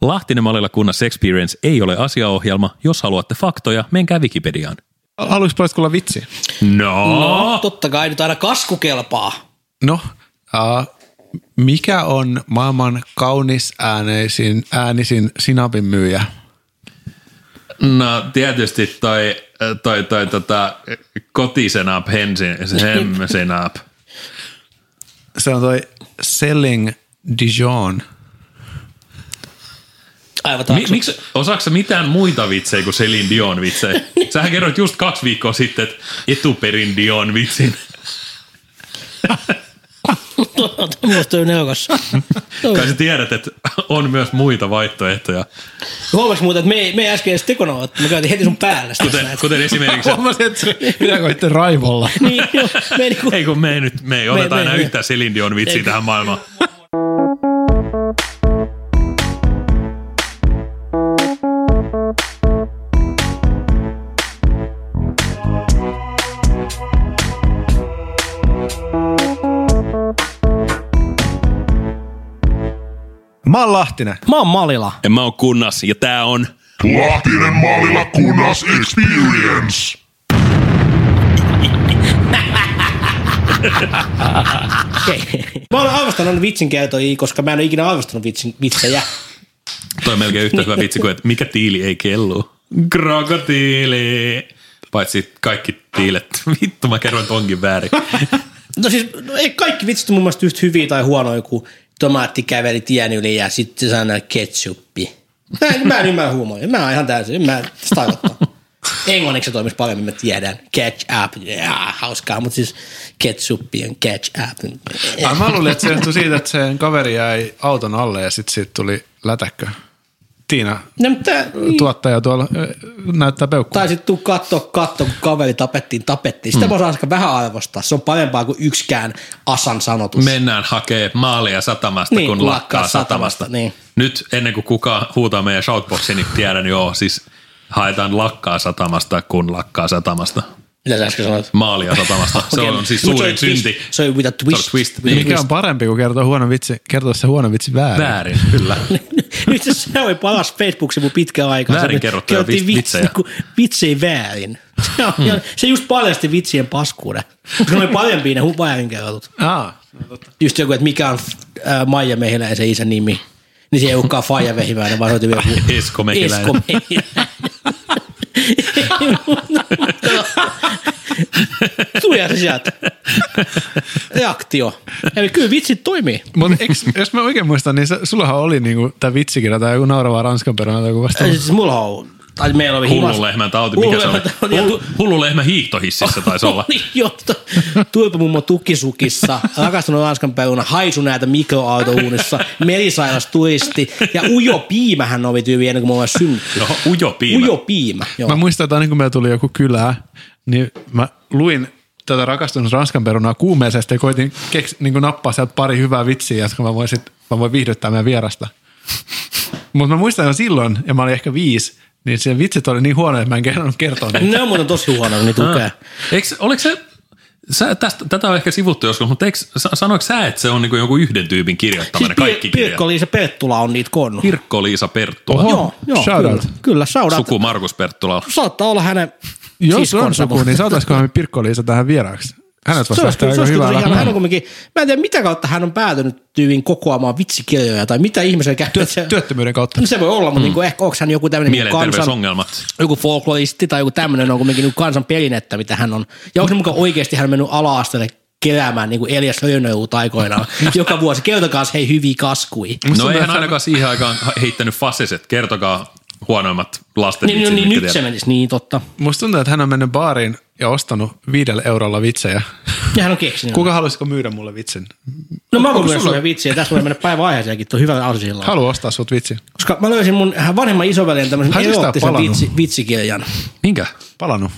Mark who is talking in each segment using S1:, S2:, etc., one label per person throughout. S1: Lahtinen Malilla kunnassa Experience ei ole asiaohjelma. Jos haluatte faktoja, menkää Wikipediaan.
S2: Haluaisit paljon kuulla vitsi?
S1: No.
S3: Totta kai nyt aina kasku kelpaa.
S2: No, äh, mikä on maailman kaunis ääneisin, äänisin sinapin myyjä?
S1: No tietysti toi, äh, toi, toi tota, kotisenap, hensin, hemsenap.
S2: Se on toi Selling Dijon.
S3: Aivan
S1: Mi,
S3: Mi-
S1: miksi, osaatko sä mitään muita vitsejä kuin Selin Dion vitsejä? Sähän kerroit just kaksi viikkoa sitten, että etuperin Dion vitsin.
S3: Musta on neukas. Toi-
S1: Kai sä tiedät, että on myös muita vaihtoehtoja.
S3: Huomasin muuten, että me ei, me ei äsken edes tekonaa, että me käytiin heti sun päälle. sitä
S1: Kuten,
S3: näet.
S1: kuten esimerkiksi, että-
S2: Huomasin, että se- minä koitin raivolla.
S3: niin, joo, me ei niinku,
S1: ei kun me ei nyt, me ei oteta
S3: me-
S1: enää
S3: me-
S1: yhtään Selin Dion vitsiä
S3: Ei.
S1: tähän maailmaan.
S2: Mä oon Lahtinen.
S3: mä oon Malila.
S1: En mä oon kunnas ja tää on
S4: Lahtinen maalilla kunnas experience.
S3: Okei. Mä oon aavistanut vitsinkertojia, koska mä en ole ikinä aavistanut vitsin, vitsejä.
S1: Toi on melkein yhtä
S3: Niin.
S1: hyvä vitsi kuin, että mikä tiili ei kellu? Krokotiili. Paitsi kaikki tiilet. Vittu, mä kerron, että onkin väärin.
S3: No siis, no ei kaikki vitsit on mun mielestä yhtä hyviä tai huonoja, kun tomaatti käveli tien yli ja sitten se sanoi ketsuppi. Mä en, mä en ymmärrä huumoja. Mä oon ihan täysin, en mä sitä tarkoittaa. Englanniksi se toimisi paremmin, mä tiedän. Catch up, yeah, hauskaa, mutta siis ketsuppi on catch up.
S2: Ai, mä luulin, että se johtui siitä, että sen kaveri jäi auton alle ja sitten siitä tuli lätäkkö. Tiina,
S3: No, mutta,
S2: tuottaja tuolla ö, näyttää peukkua.
S3: tai sitten tuu katto, katto, kun kaveri tapettiin, tapettiin. Sitä mm. voisi aika vähän arvostaa. Se on parempaa kuin yksikään Asan sanotus.
S1: Mennään hakee maalia satamasta, niin,
S3: Niin,
S1: kun
S3: kun
S1: lakkaa
S3: lakkaa
S1: satamasta.
S3: satamasta, niin.
S1: Nyt ennen kuin kukaan huutaa meidän shoutboxiin, niin tiedän joo, siis haetaan lakkaa satamasta, kun lakkaa satamasta.
S3: Mitä sä äsken sanoit?
S1: Maalia satamasta. Se
S3: Okei,
S1: on siis
S3: mut se
S1: suurin
S3: oli twist.
S1: synti.
S3: Se on mitä
S1: Se on
S3: twist.
S1: twist. Niin.
S2: Mikä on parempi kuin kertoa huono vitsi, kertoa se huono vitsi väärin?
S1: Väärin, kyllä.
S3: Niin. Nyt se oli paras Facebook-sivu pitkään aikaa.
S1: Väärin
S3: Se-
S1: kerrottuja
S3: kerrottiin
S1: vits-
S3: vits-
S1: vitsejä.
S3: niinku, vitsejä väärin. Se, on, hmm. se just paljasti vitsien paskuuden. Ne oli parempia ne hu- väärin kerrotut.
S2: Aa,
S3: Just joku, että mikä on äh, Maija Mehiläisen isän nimi. Niin se ei olekaan Faija Vehiväinen, vaan se on joku
S1: Esko Mehiläinen.
S3: Esko Mehiläinen. Tulee se sieltä. Reaktio. Eli kyllä vitsit toimii.
S2: Mutta jos mä oikein muistan, niin se, sullahan oli niinku tämä vitsikirja tai joku nauravaa ranskan peränä tai joku vastaava.
S3: Ei, Siis mulla on... Tai meillä oli himas-
S1: Hullun lehmän tauti, mikä se
S3: Hullun
S1: oli?
S3: lehmän Niin.
S1: Hullu,
S3: tauti.
S1: hullu lehmä hiihtohississä taisi olla.
S3: Oli johto. Tuipa mummo tukisukissa, rakastanut Ranskan päivänä, haisu näitä mikroautouunissa, merisairas turisti ja ujo piimähän oli tyyvi ennen kuin mä olin synnytty.
S1: No, ujo piimä.
S3: Ujo piimä, joo.
S2: Mä muistan, että aina kun meillä tuli joku kylää, niin mä luin tätä rakastunut ranskan perunaa kuumeisesti ja koitin keks, niin nappaa sieltä pari hyvää vitsiä, jotka mä voin, sit, mä voin viihdyttää meidän vierasta. Mutta mä muistan jo silloin, ja mä olin ehkä viisi, niin se vitsit oli niin huono, että mä en kerran kertoa niitä.
S3: Ne on muuten tosi huono,
S1: Ah,
S3: niitä lukee.
S1: Eikö, oliko se, sä, tästä, tätä on ehkä sivuttu joskus, mutta eikö, sa- sanoiko sä, että se on niinku joku yhden tyypin kirjoittaminen,
S3: Pir-
S1: siis kaikki kirjat? Pirkko,
S3: Pirkko-Liisa Perttula on niitä konnut.
S1: Pirkko-Liisa Perttula,
S2: Oho.
S1: Oho.
S3: Joo, joo,
S2: Shout
S3: kyllä,
S2: out.
S3: kyllä shout out.
S1: suku Markus Perttula.
S3: Saattaa olla hänen
S2: Jos on
S3: siskonsa,
S2: suku, niin saataisikohan me Pirkko-Liisa tähän vieraaksi? Hänet
S3: Se
S2: vasta
S3: olisi
S2: lähtee
S3: kyllä, se
S2: aika
S3: olisi
S2: hyvää
S3: kyllä tosi hieno. Hän on
S2: lähtee.
S3: kumminkin, mä en tiedä mitä kautta hän on päätynyt tyyviin kokoamaan vitsikirjoja tai mitä ihmisen käy. se-
S2: Työttömyyden kautta.
S3: No se voi olla, mutta mm. niinku, ehkä onko hän joku tämmöinen kansan,
S1: Mielenterveysongelmat.
S3: joku folkloristi tai joku tämmöinen on kumminkin niinku kansan perinnettä, mitä hän on. Ja onko se mukaan oikeasti hän on mennyt ala-asteelle keräämään niin kuin Elias Rönnöuut aikoinaan joka vuosi. Kertokaa hei hyviä kaskui.
S1: No
S2: tuntuu,
S1: eihän
S2: että-
S1: ainakaan siihen aikaan heittänyt fasiset, kertokaa huonoimmat lasten
S3: Niin, niin,
S1: vitsit,
S3: niin
S1: mitkä
S3: nyt se
S1: tiedät.
S3: menisi, niin totta.
S2: Musta tuntuu, että hän on mennyt baariin ja ostanut viidellä eurolla vitsejä.
S3: Ja hän on keksinyt.
S2: Kuka haluaisiko myydä mulle vitsin?
S3: no mä voin
S2: onko
S3: kyllä
S2: sulla-
S3: sulle vitsiä. Tässä voi mennä päivän aiheeseenkin tuon hyvällä ansiolla.
S2: Haluan ostaa sut vitsin.
S3: Koska mä löysin mun äh, vanhemman isoveljen
S2: Hän
S3: tämmöisen
S2: siis tää
S3: erottisen
S2: palannut.
S3: vitsi, vitsikirjan.
S1: Minkä?
S2: Palannut.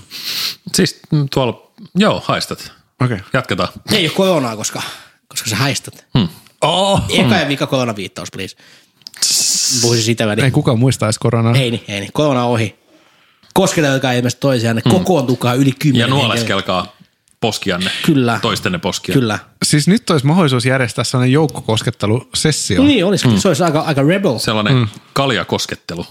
S1: Siis mm, tuolla, joo, haistat.
S2: Okei.
S1: Jatketaan.
S3: Ei ole koronaa, koska, koska sä haistat. Hmm.
S2: Oh.
S3: Eka ja vika koronaviittaus, please. Puhuisin sitä väliin.
S2: Ei kukaan muista edes koronaa.
S3: Ei niin, ei niin. Hmm. Korona on ohi. Kosketelkaa ilmeisesti toisiaan, kokoontukaa yli kymmenen.
S1: Ja nuoleskelkaa poskianne.
S3: Kyllä.
S1: Toistenne poskia.
S3: Kyllä.
S2: Siis nyt olisi mahdollisuus järjestää sellainen joukkokoskettelu-sessio.
S3: No niin, olisikin. Mm. Se olisi aika, aika rebel
S1: Sellainen mm. kaljakoskettelu.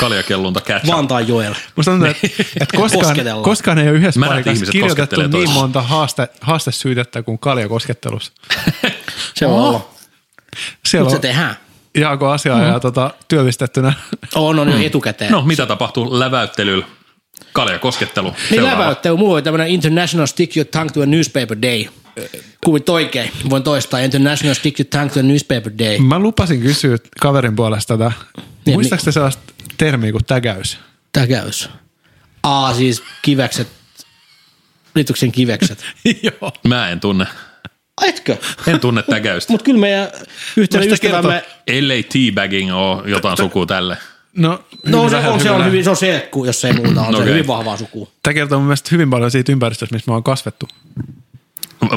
S1: Kaljakellunta catch up.
S3: Vantaan joella.
S2: Musta tuntuu, että, että koskaan,
S3: Kosketellaan.
S2: koskaan ei ole yhdessä
S1: Märät
S2: paikassa
S1: ihmiset
S2: kirjoitettu
S1: koskettelee
S2: niin
S1: toisiaan.
S2: monta haaste, haastesyytettä kuin kaljakoskettelu.
S3: Se voi olla.
S2: Siellä
S3: Mutta se Mm-hmm.
S2: on
S3: tehdään.
S2: Jaako asiaa ja tota, työllistettynä.
S3: On, on jo etukäteen.
S1: No, mitä tapahtuu läväyttelyllä? Kaljakoskettelu.
S3: Niin
S1: Seuraava.
S3: läväyttely. Mulla oli tämmönen International Stick Your Tongue to a Newspaper Day. Kuvit oikein. Voin toistaa. International Stick Your Tongue to a Newspaper Day.
S2: Mä lupasin kysyä kaverin puolesta tätä.
S3: Niin,
S2: Muistaaks te sellaista termiä kuin tägäys?
S3: Täkäys. Aa, siis kivekset. Liityksen kivekset.
S2: Joo.
S1: Mä en tunne.
S3: Etkö?
S1: En tunne täkäystä.
S3: Mutta kyllä meidän yhtenä
S2: Voisitko
S3: ystävämme...
S2: kertoa?
S1: Ellei teabagging ole jotain sukua tälle.
S2: No,
S1: Niin,
S3: No
S2: hyvin
S3: se
S2: vähän,
S3: on, se on,
S2: vähän.
S3: hyvin, se on selkku, jos ei muuta. On okay. se
S1: Okei.
S3: hyvin vahvaa sukua.
S2: Tämä kertoo mun mielestä hyvin paljon siitä ympäristöstä, missä mä oon kasvettu.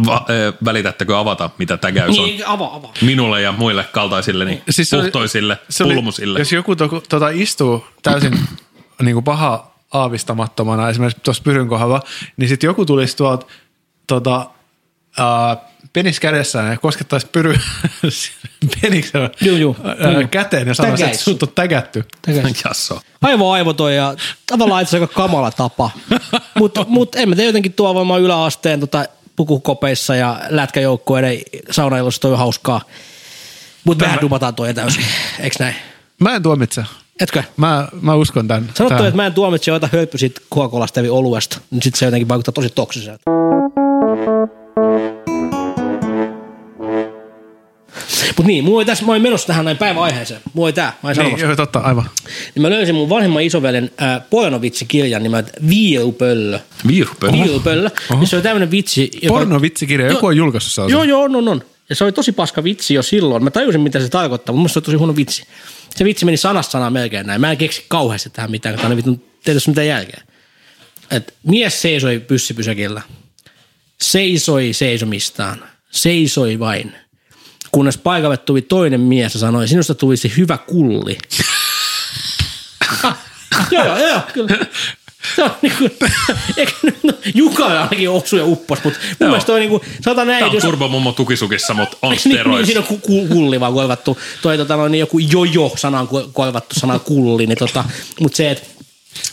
S1: Va- ö, välitättekö avata, mitä täkäys on?
S3: Niin, avaa, avaa.
S1: Minulle ja muille kaltaisille, niin siis
S2: se oli-
S1: puhtoisille,
S2: se oli-
S1: pulmusille.
S2: Jos joku to, tota istuu täysin niin kuin paha aavistamattomana, esimerkiksi tuossa pyryn kohdalla, niin sitten joku tulisi tuolta tota, ää, penis kädessään ja koskettaisi pyry peniksellä
S3: Juu, juu,
S2: ää,
S3: juu, juu.
S2: käteen ja sanoisi, että
S3: Tägäys.
S2: sut on tägätty.
S3: Täkäys.
S1: Jasso.
S3: Aivan aivoton ja tavallaan itse asiassa aika kamala tapa. Mutta mut, en mä tiedä jotenkin tuo varmaan yläasteen tota, pukukopeissa ja lätkäjoukkueiden saunailussa toi on hauskaa. Mutta mehän dupataan toi täysin, eiks näin?
S2: Mä en tuomitse.
S3: Etkö?
S2: Mä, mä uskon tämän.
S3: Sanottu, että mä en tuomitse joita hölppy siitä Coca-Colasta eli oluesta, niin sit se jotenkin vaikuttaa tosi toksiselta. Mut niin, mulla oli tässä, mä olin menossa tähän näin päiväaiheeseen. Mulla oli tää, mä olin
S2: Niin,
S3: sanomassa.
S2: joo, totta, aivan.
S3: Niin mä löysin mun vanhemman isoveljen äh, Pojanovitsi-kirjan nimeltä Viilupöllö.
S1: Viirupö.
S3: Viilupöllö. Ja se oli tämmönen vitsi. joka-
S2: Pornovitsikirja,
S3: No-
S2: joku on julkaissut sellaisen.
S3: Joo, joo, on, on, on. Ja se oli tosi paska vitsi jo silloin. Mä tajusin, mitä se tarkoittaa, mutta musta se oli tosi huono vitsi. Se vitsi meni sanasta sanaan melkein näin. Mä en keksi kauheasti tähän mitään, kun tää on vittu tietysti mitään järkeä. Et mies seisoi pyssipysäkillä. Seisoi seisomistaan. Seisoi vain. Kunnes paikalle tuli toinen mies ja sanoi, sinusta tulisi hyvä kulli. joo, joo, joo, kyllä. Se on niinku, eikä, no, Juka ainakin osui ja uppos, mutta mun
S1: Joo.
S3: mielestä toi niinku, sanotaan näin,
S1: Tämä
S3: että
S1: on
S3: jos
S1: turbomummo tukisukissa, mutta on
S3: niin, niin, siinä
S1: steroids.
S3: on ku, ku, kulli vaan koivattu. Toi tota, noin, joku jojo-sanaan koivattu sana kulli. Niin, tota, mutta se, että...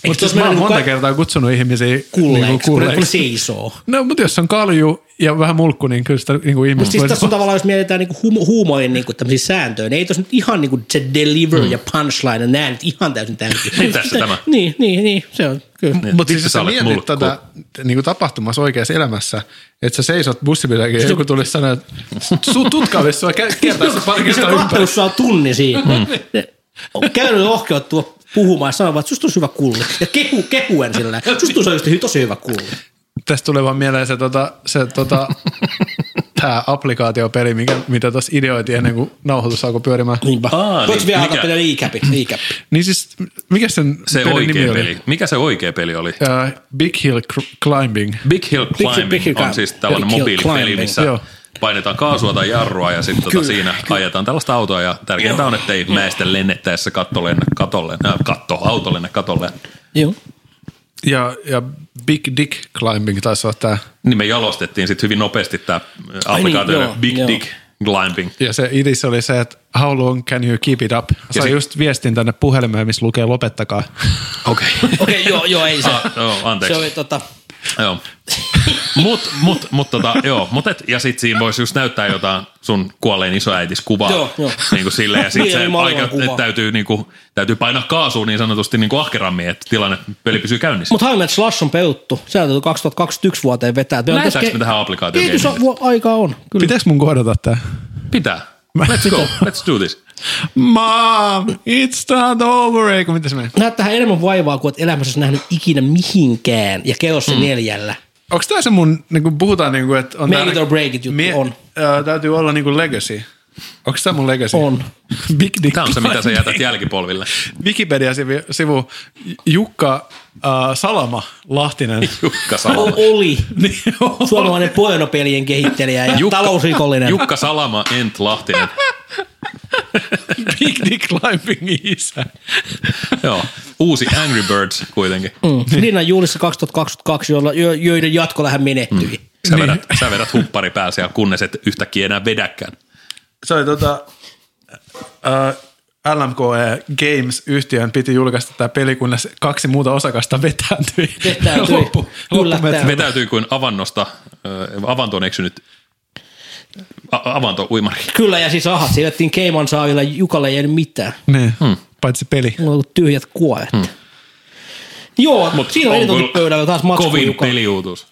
S2: Mutta mä oon monta kertaa kutsunut ihmisiä
S1: Niin,
S3: kulleiksi,
S2: niinku
S3: kun ne- kun ne seisoo.
S2: No, mutta jos on kalju ja vähän mulkku, niin kyllä sitä niin kuin
S3: Mutta
S2: ihmiset
S3: siis tässä on
S2: voi...
S3: tavallaan, jos mietitään niinku huum- huumorin niinku tämmöisiä sääntöjä, niin ei tuossa nyt ihan niinku se deliver ja punchline ja nää nyt ihan täysin täysin.
S1: Mm. Niin, tässä tämä.
S3: Niin, niin, niin, se on kyllä.
S2: Mutta siis
S1: Vittu,
S2: jos
S1: sä
S2: sä
S1: olet
S2: mietit
S1: mulkku.
S2: tätä niin kuin tapahtumassa oikeassa elämässä, että sä seisot bussipysäkin ja joku tulisi sanoa, että sun tutkaavissa sua kä- kiertää se pari
S3: Se
S2: kertaa
S3: on
S2: ympäri.
S3: kattonut sua tunnin siinä. Mm. Käynyt rohkeut tuo puhumaan ja sanoa, että susta olisi hyvä kulli. Ja kehu, kehuen sillä. Susta olisi oikeasti hy- tosi hyvä kulli.
S2: Tästä tulee vaan mieleen se, tota, se tota, tämä applikaatiopeli, mikä, mitä tuossa ideoitiin ennen kuin nauhoitus alkoi pyörimään.
S3: Niinpä.
S1: Aa,
S3: Voitko
S1: niin,
S3: vielä
S1: mikä?
S3: alkaa pelaa liikäpi? liikäpi.
S2: Niin siis, mikä sen
S1: Se
S2: pelin nimi
S1: oikea
S2: oli?
S1: peli. Mikä se oikea peli oli?
S2: Äh, Big Hill Cr- Climbing.
S1: Big Hill
S3: Hill
S1: Climbing Big,
S3: Climb.
S1: on siis tällainen
S3: Big Hill
S1: mobiilipeli,
S3: Climbing.
S1: missä
S2: Joo.
S1: Joo. painetaan kaasua tai jarrua ja sitten tota siinä ajetaan tällaista autoa ja tärkeintä on, että ei mäestä lennettäessä katto lennä katolle, äh, katto, auto lennä katolle.
S3: Joo.
S2: Ja, ja Big Dick Climbing taisi olla tämä.
S1: Niin me jalostettiin sitten hyvin nopeasti tämä
S3: Ai
S1: applikaatio
S3: niin, joo,
S1: Big
S3: joo.
S1: Dick Climbing.
S2: Ja se idis oli se, että how long can you keep it up? Sain
S1: se-
S2: just viestin tänne puhelimeen, missä lukee lopettakaa.
S1: Okei.
S3: Okei, joo, joo, ei se.
S1: Ah, joo,
S3: Se
S1: anteeksi.
S3: oli tota,
S1: Joo. Mut, mut, mut, tota, joo, mut et, ja sit siinä voisi just näyttää jotain sun kuolleen isoäitis kuvaa.
S3: Joo, joo.
S1: Niin kuin silleen, ja sit
S3: Niin,
S1: se
S3: eli
S1: aika,
S3: maailmankuva.
S1: et täytyy, niin kuin, täytyy painaa kaasua niin sanotusti niin kuin ahkerammin, että tilanne, peli pysyy käynnissä.
S3: mutta Helmet Slash on peuttu. Se on täytyy 2021 vuoteen vetää. Me on
S1: Lähdetäänkö me
S3: tässä
S1: tähän applikaatioon
S3: Kehitysaikaa on. Kyllä.
S2: Pitäis mun kohdata tää?
S1: Pitää.
S2: Mä-
S1: Let's go. Let's do this.
S2: Mom, it's not over. Eiku, miten se meni?
S3: Näet tähän enemmän vaivaa kuin et elämässä olisi nähnyt ikinä mihinkään ja keossa mm. neljällä.
S2: Onks tää se mun, niin kun puhutaan niin kuin, että on...
S3: Make it or break it juttu, on.
S2: Ää, täytyy olla niin kuin legacy. Onks tää mun legacy?
S3: On.
S2: Big Dick
S1: Tämä on se, mitä sä
S2: Climbing.
S1: jätät jälkipolville.
S2: Wikipedia-sivu Jukka äh, Salama Lahtinen.
S1: Jukka Salama.
S3: O- oli
S2: Niin, on.
S3: suomalainen puenopelien kehittelijä ja
S1: Jukka-
S3: talousrikollinen.
S1: Jukka Salama, Ent Lahtinen.
S2: Big Dick Climbingin isä.
S1: Joo. Uusi Angry Birds kuitenkin.
S3: Mm. Linnan juhlissa 2022, jolla, jo, joiden jatko lähden menehtyi. Mm.
S1: Sä vedät, sä vedät huppari päällä siellä, kunnes et yhtäkkiä enää vedäkään.
S2: se oli tota, äh, ää, LMKE Games-yhtiön E piti julkaista tämä peli, kunnes kaksi muuta osakasta vetäytyi.
S3: Vetäytyi.
S2: Loppu,
S3: Yllättäen.
S2: loppumetreillä.
S1: Vetäytyy kuin avannosta, ö, avantoon eksynyt a- avanto uimari.
S3: Kyllä, ja siis aha, siirrettiin Keiman saavilla, Jukalle ei jäänyt mitään.
S2: Niin, paitsi peli.
S3: Mulla on ollut tyhjät kuoret. Hmm. Joo, Mut siinä on
S1: on
S3: editoitu
S1: kyllä
S3: pöydällä taas matsku
S1: Kovin
S3: Jukalle.
S1: peliuutus.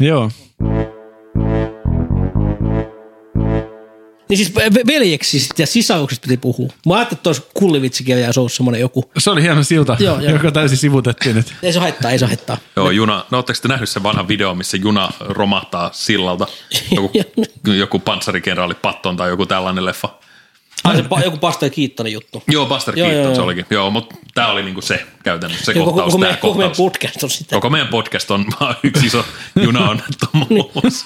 S2: Joo.
S3: Niin siis ve- veljeksistä ja sisaruksista piti puhua. Mä ajattelin, että tuossa kullivitsikirjaus olisi semmoinen joku.
S2: Se oli hieno silta,
S3: Joo,
S2: joo,
S3: joo.
S2: joo. joka täysin sivutettiin nyt.
S3: Ei se haittaa, ei se haittaa.
S1: Joo, juna. No ootteko te nähnyt sen vanhan videon, missä juna romahtaa sillalta? Joku, joku panssarikenraali Patton tai joku tällainen leffa.
S3: Ai se pa- joku pastori kiittainen juttu.
S1: Joo, Buster
S3: Joo,
S1: joo,
S3: joo,
S1: Keaton se
S3: joo.
S1: olikin. Joo, mutta tämä oli niinku se käytännössä, se
S3: Joku,
S1: kohtaus,
S3: koko,
S1: koko, tämä
S3: meidän, koko meidän
S1: kohtaus.
S3: podcast on sitä.
S1: Koko meidän podcast on vaan yksi iso junaonnettomuus.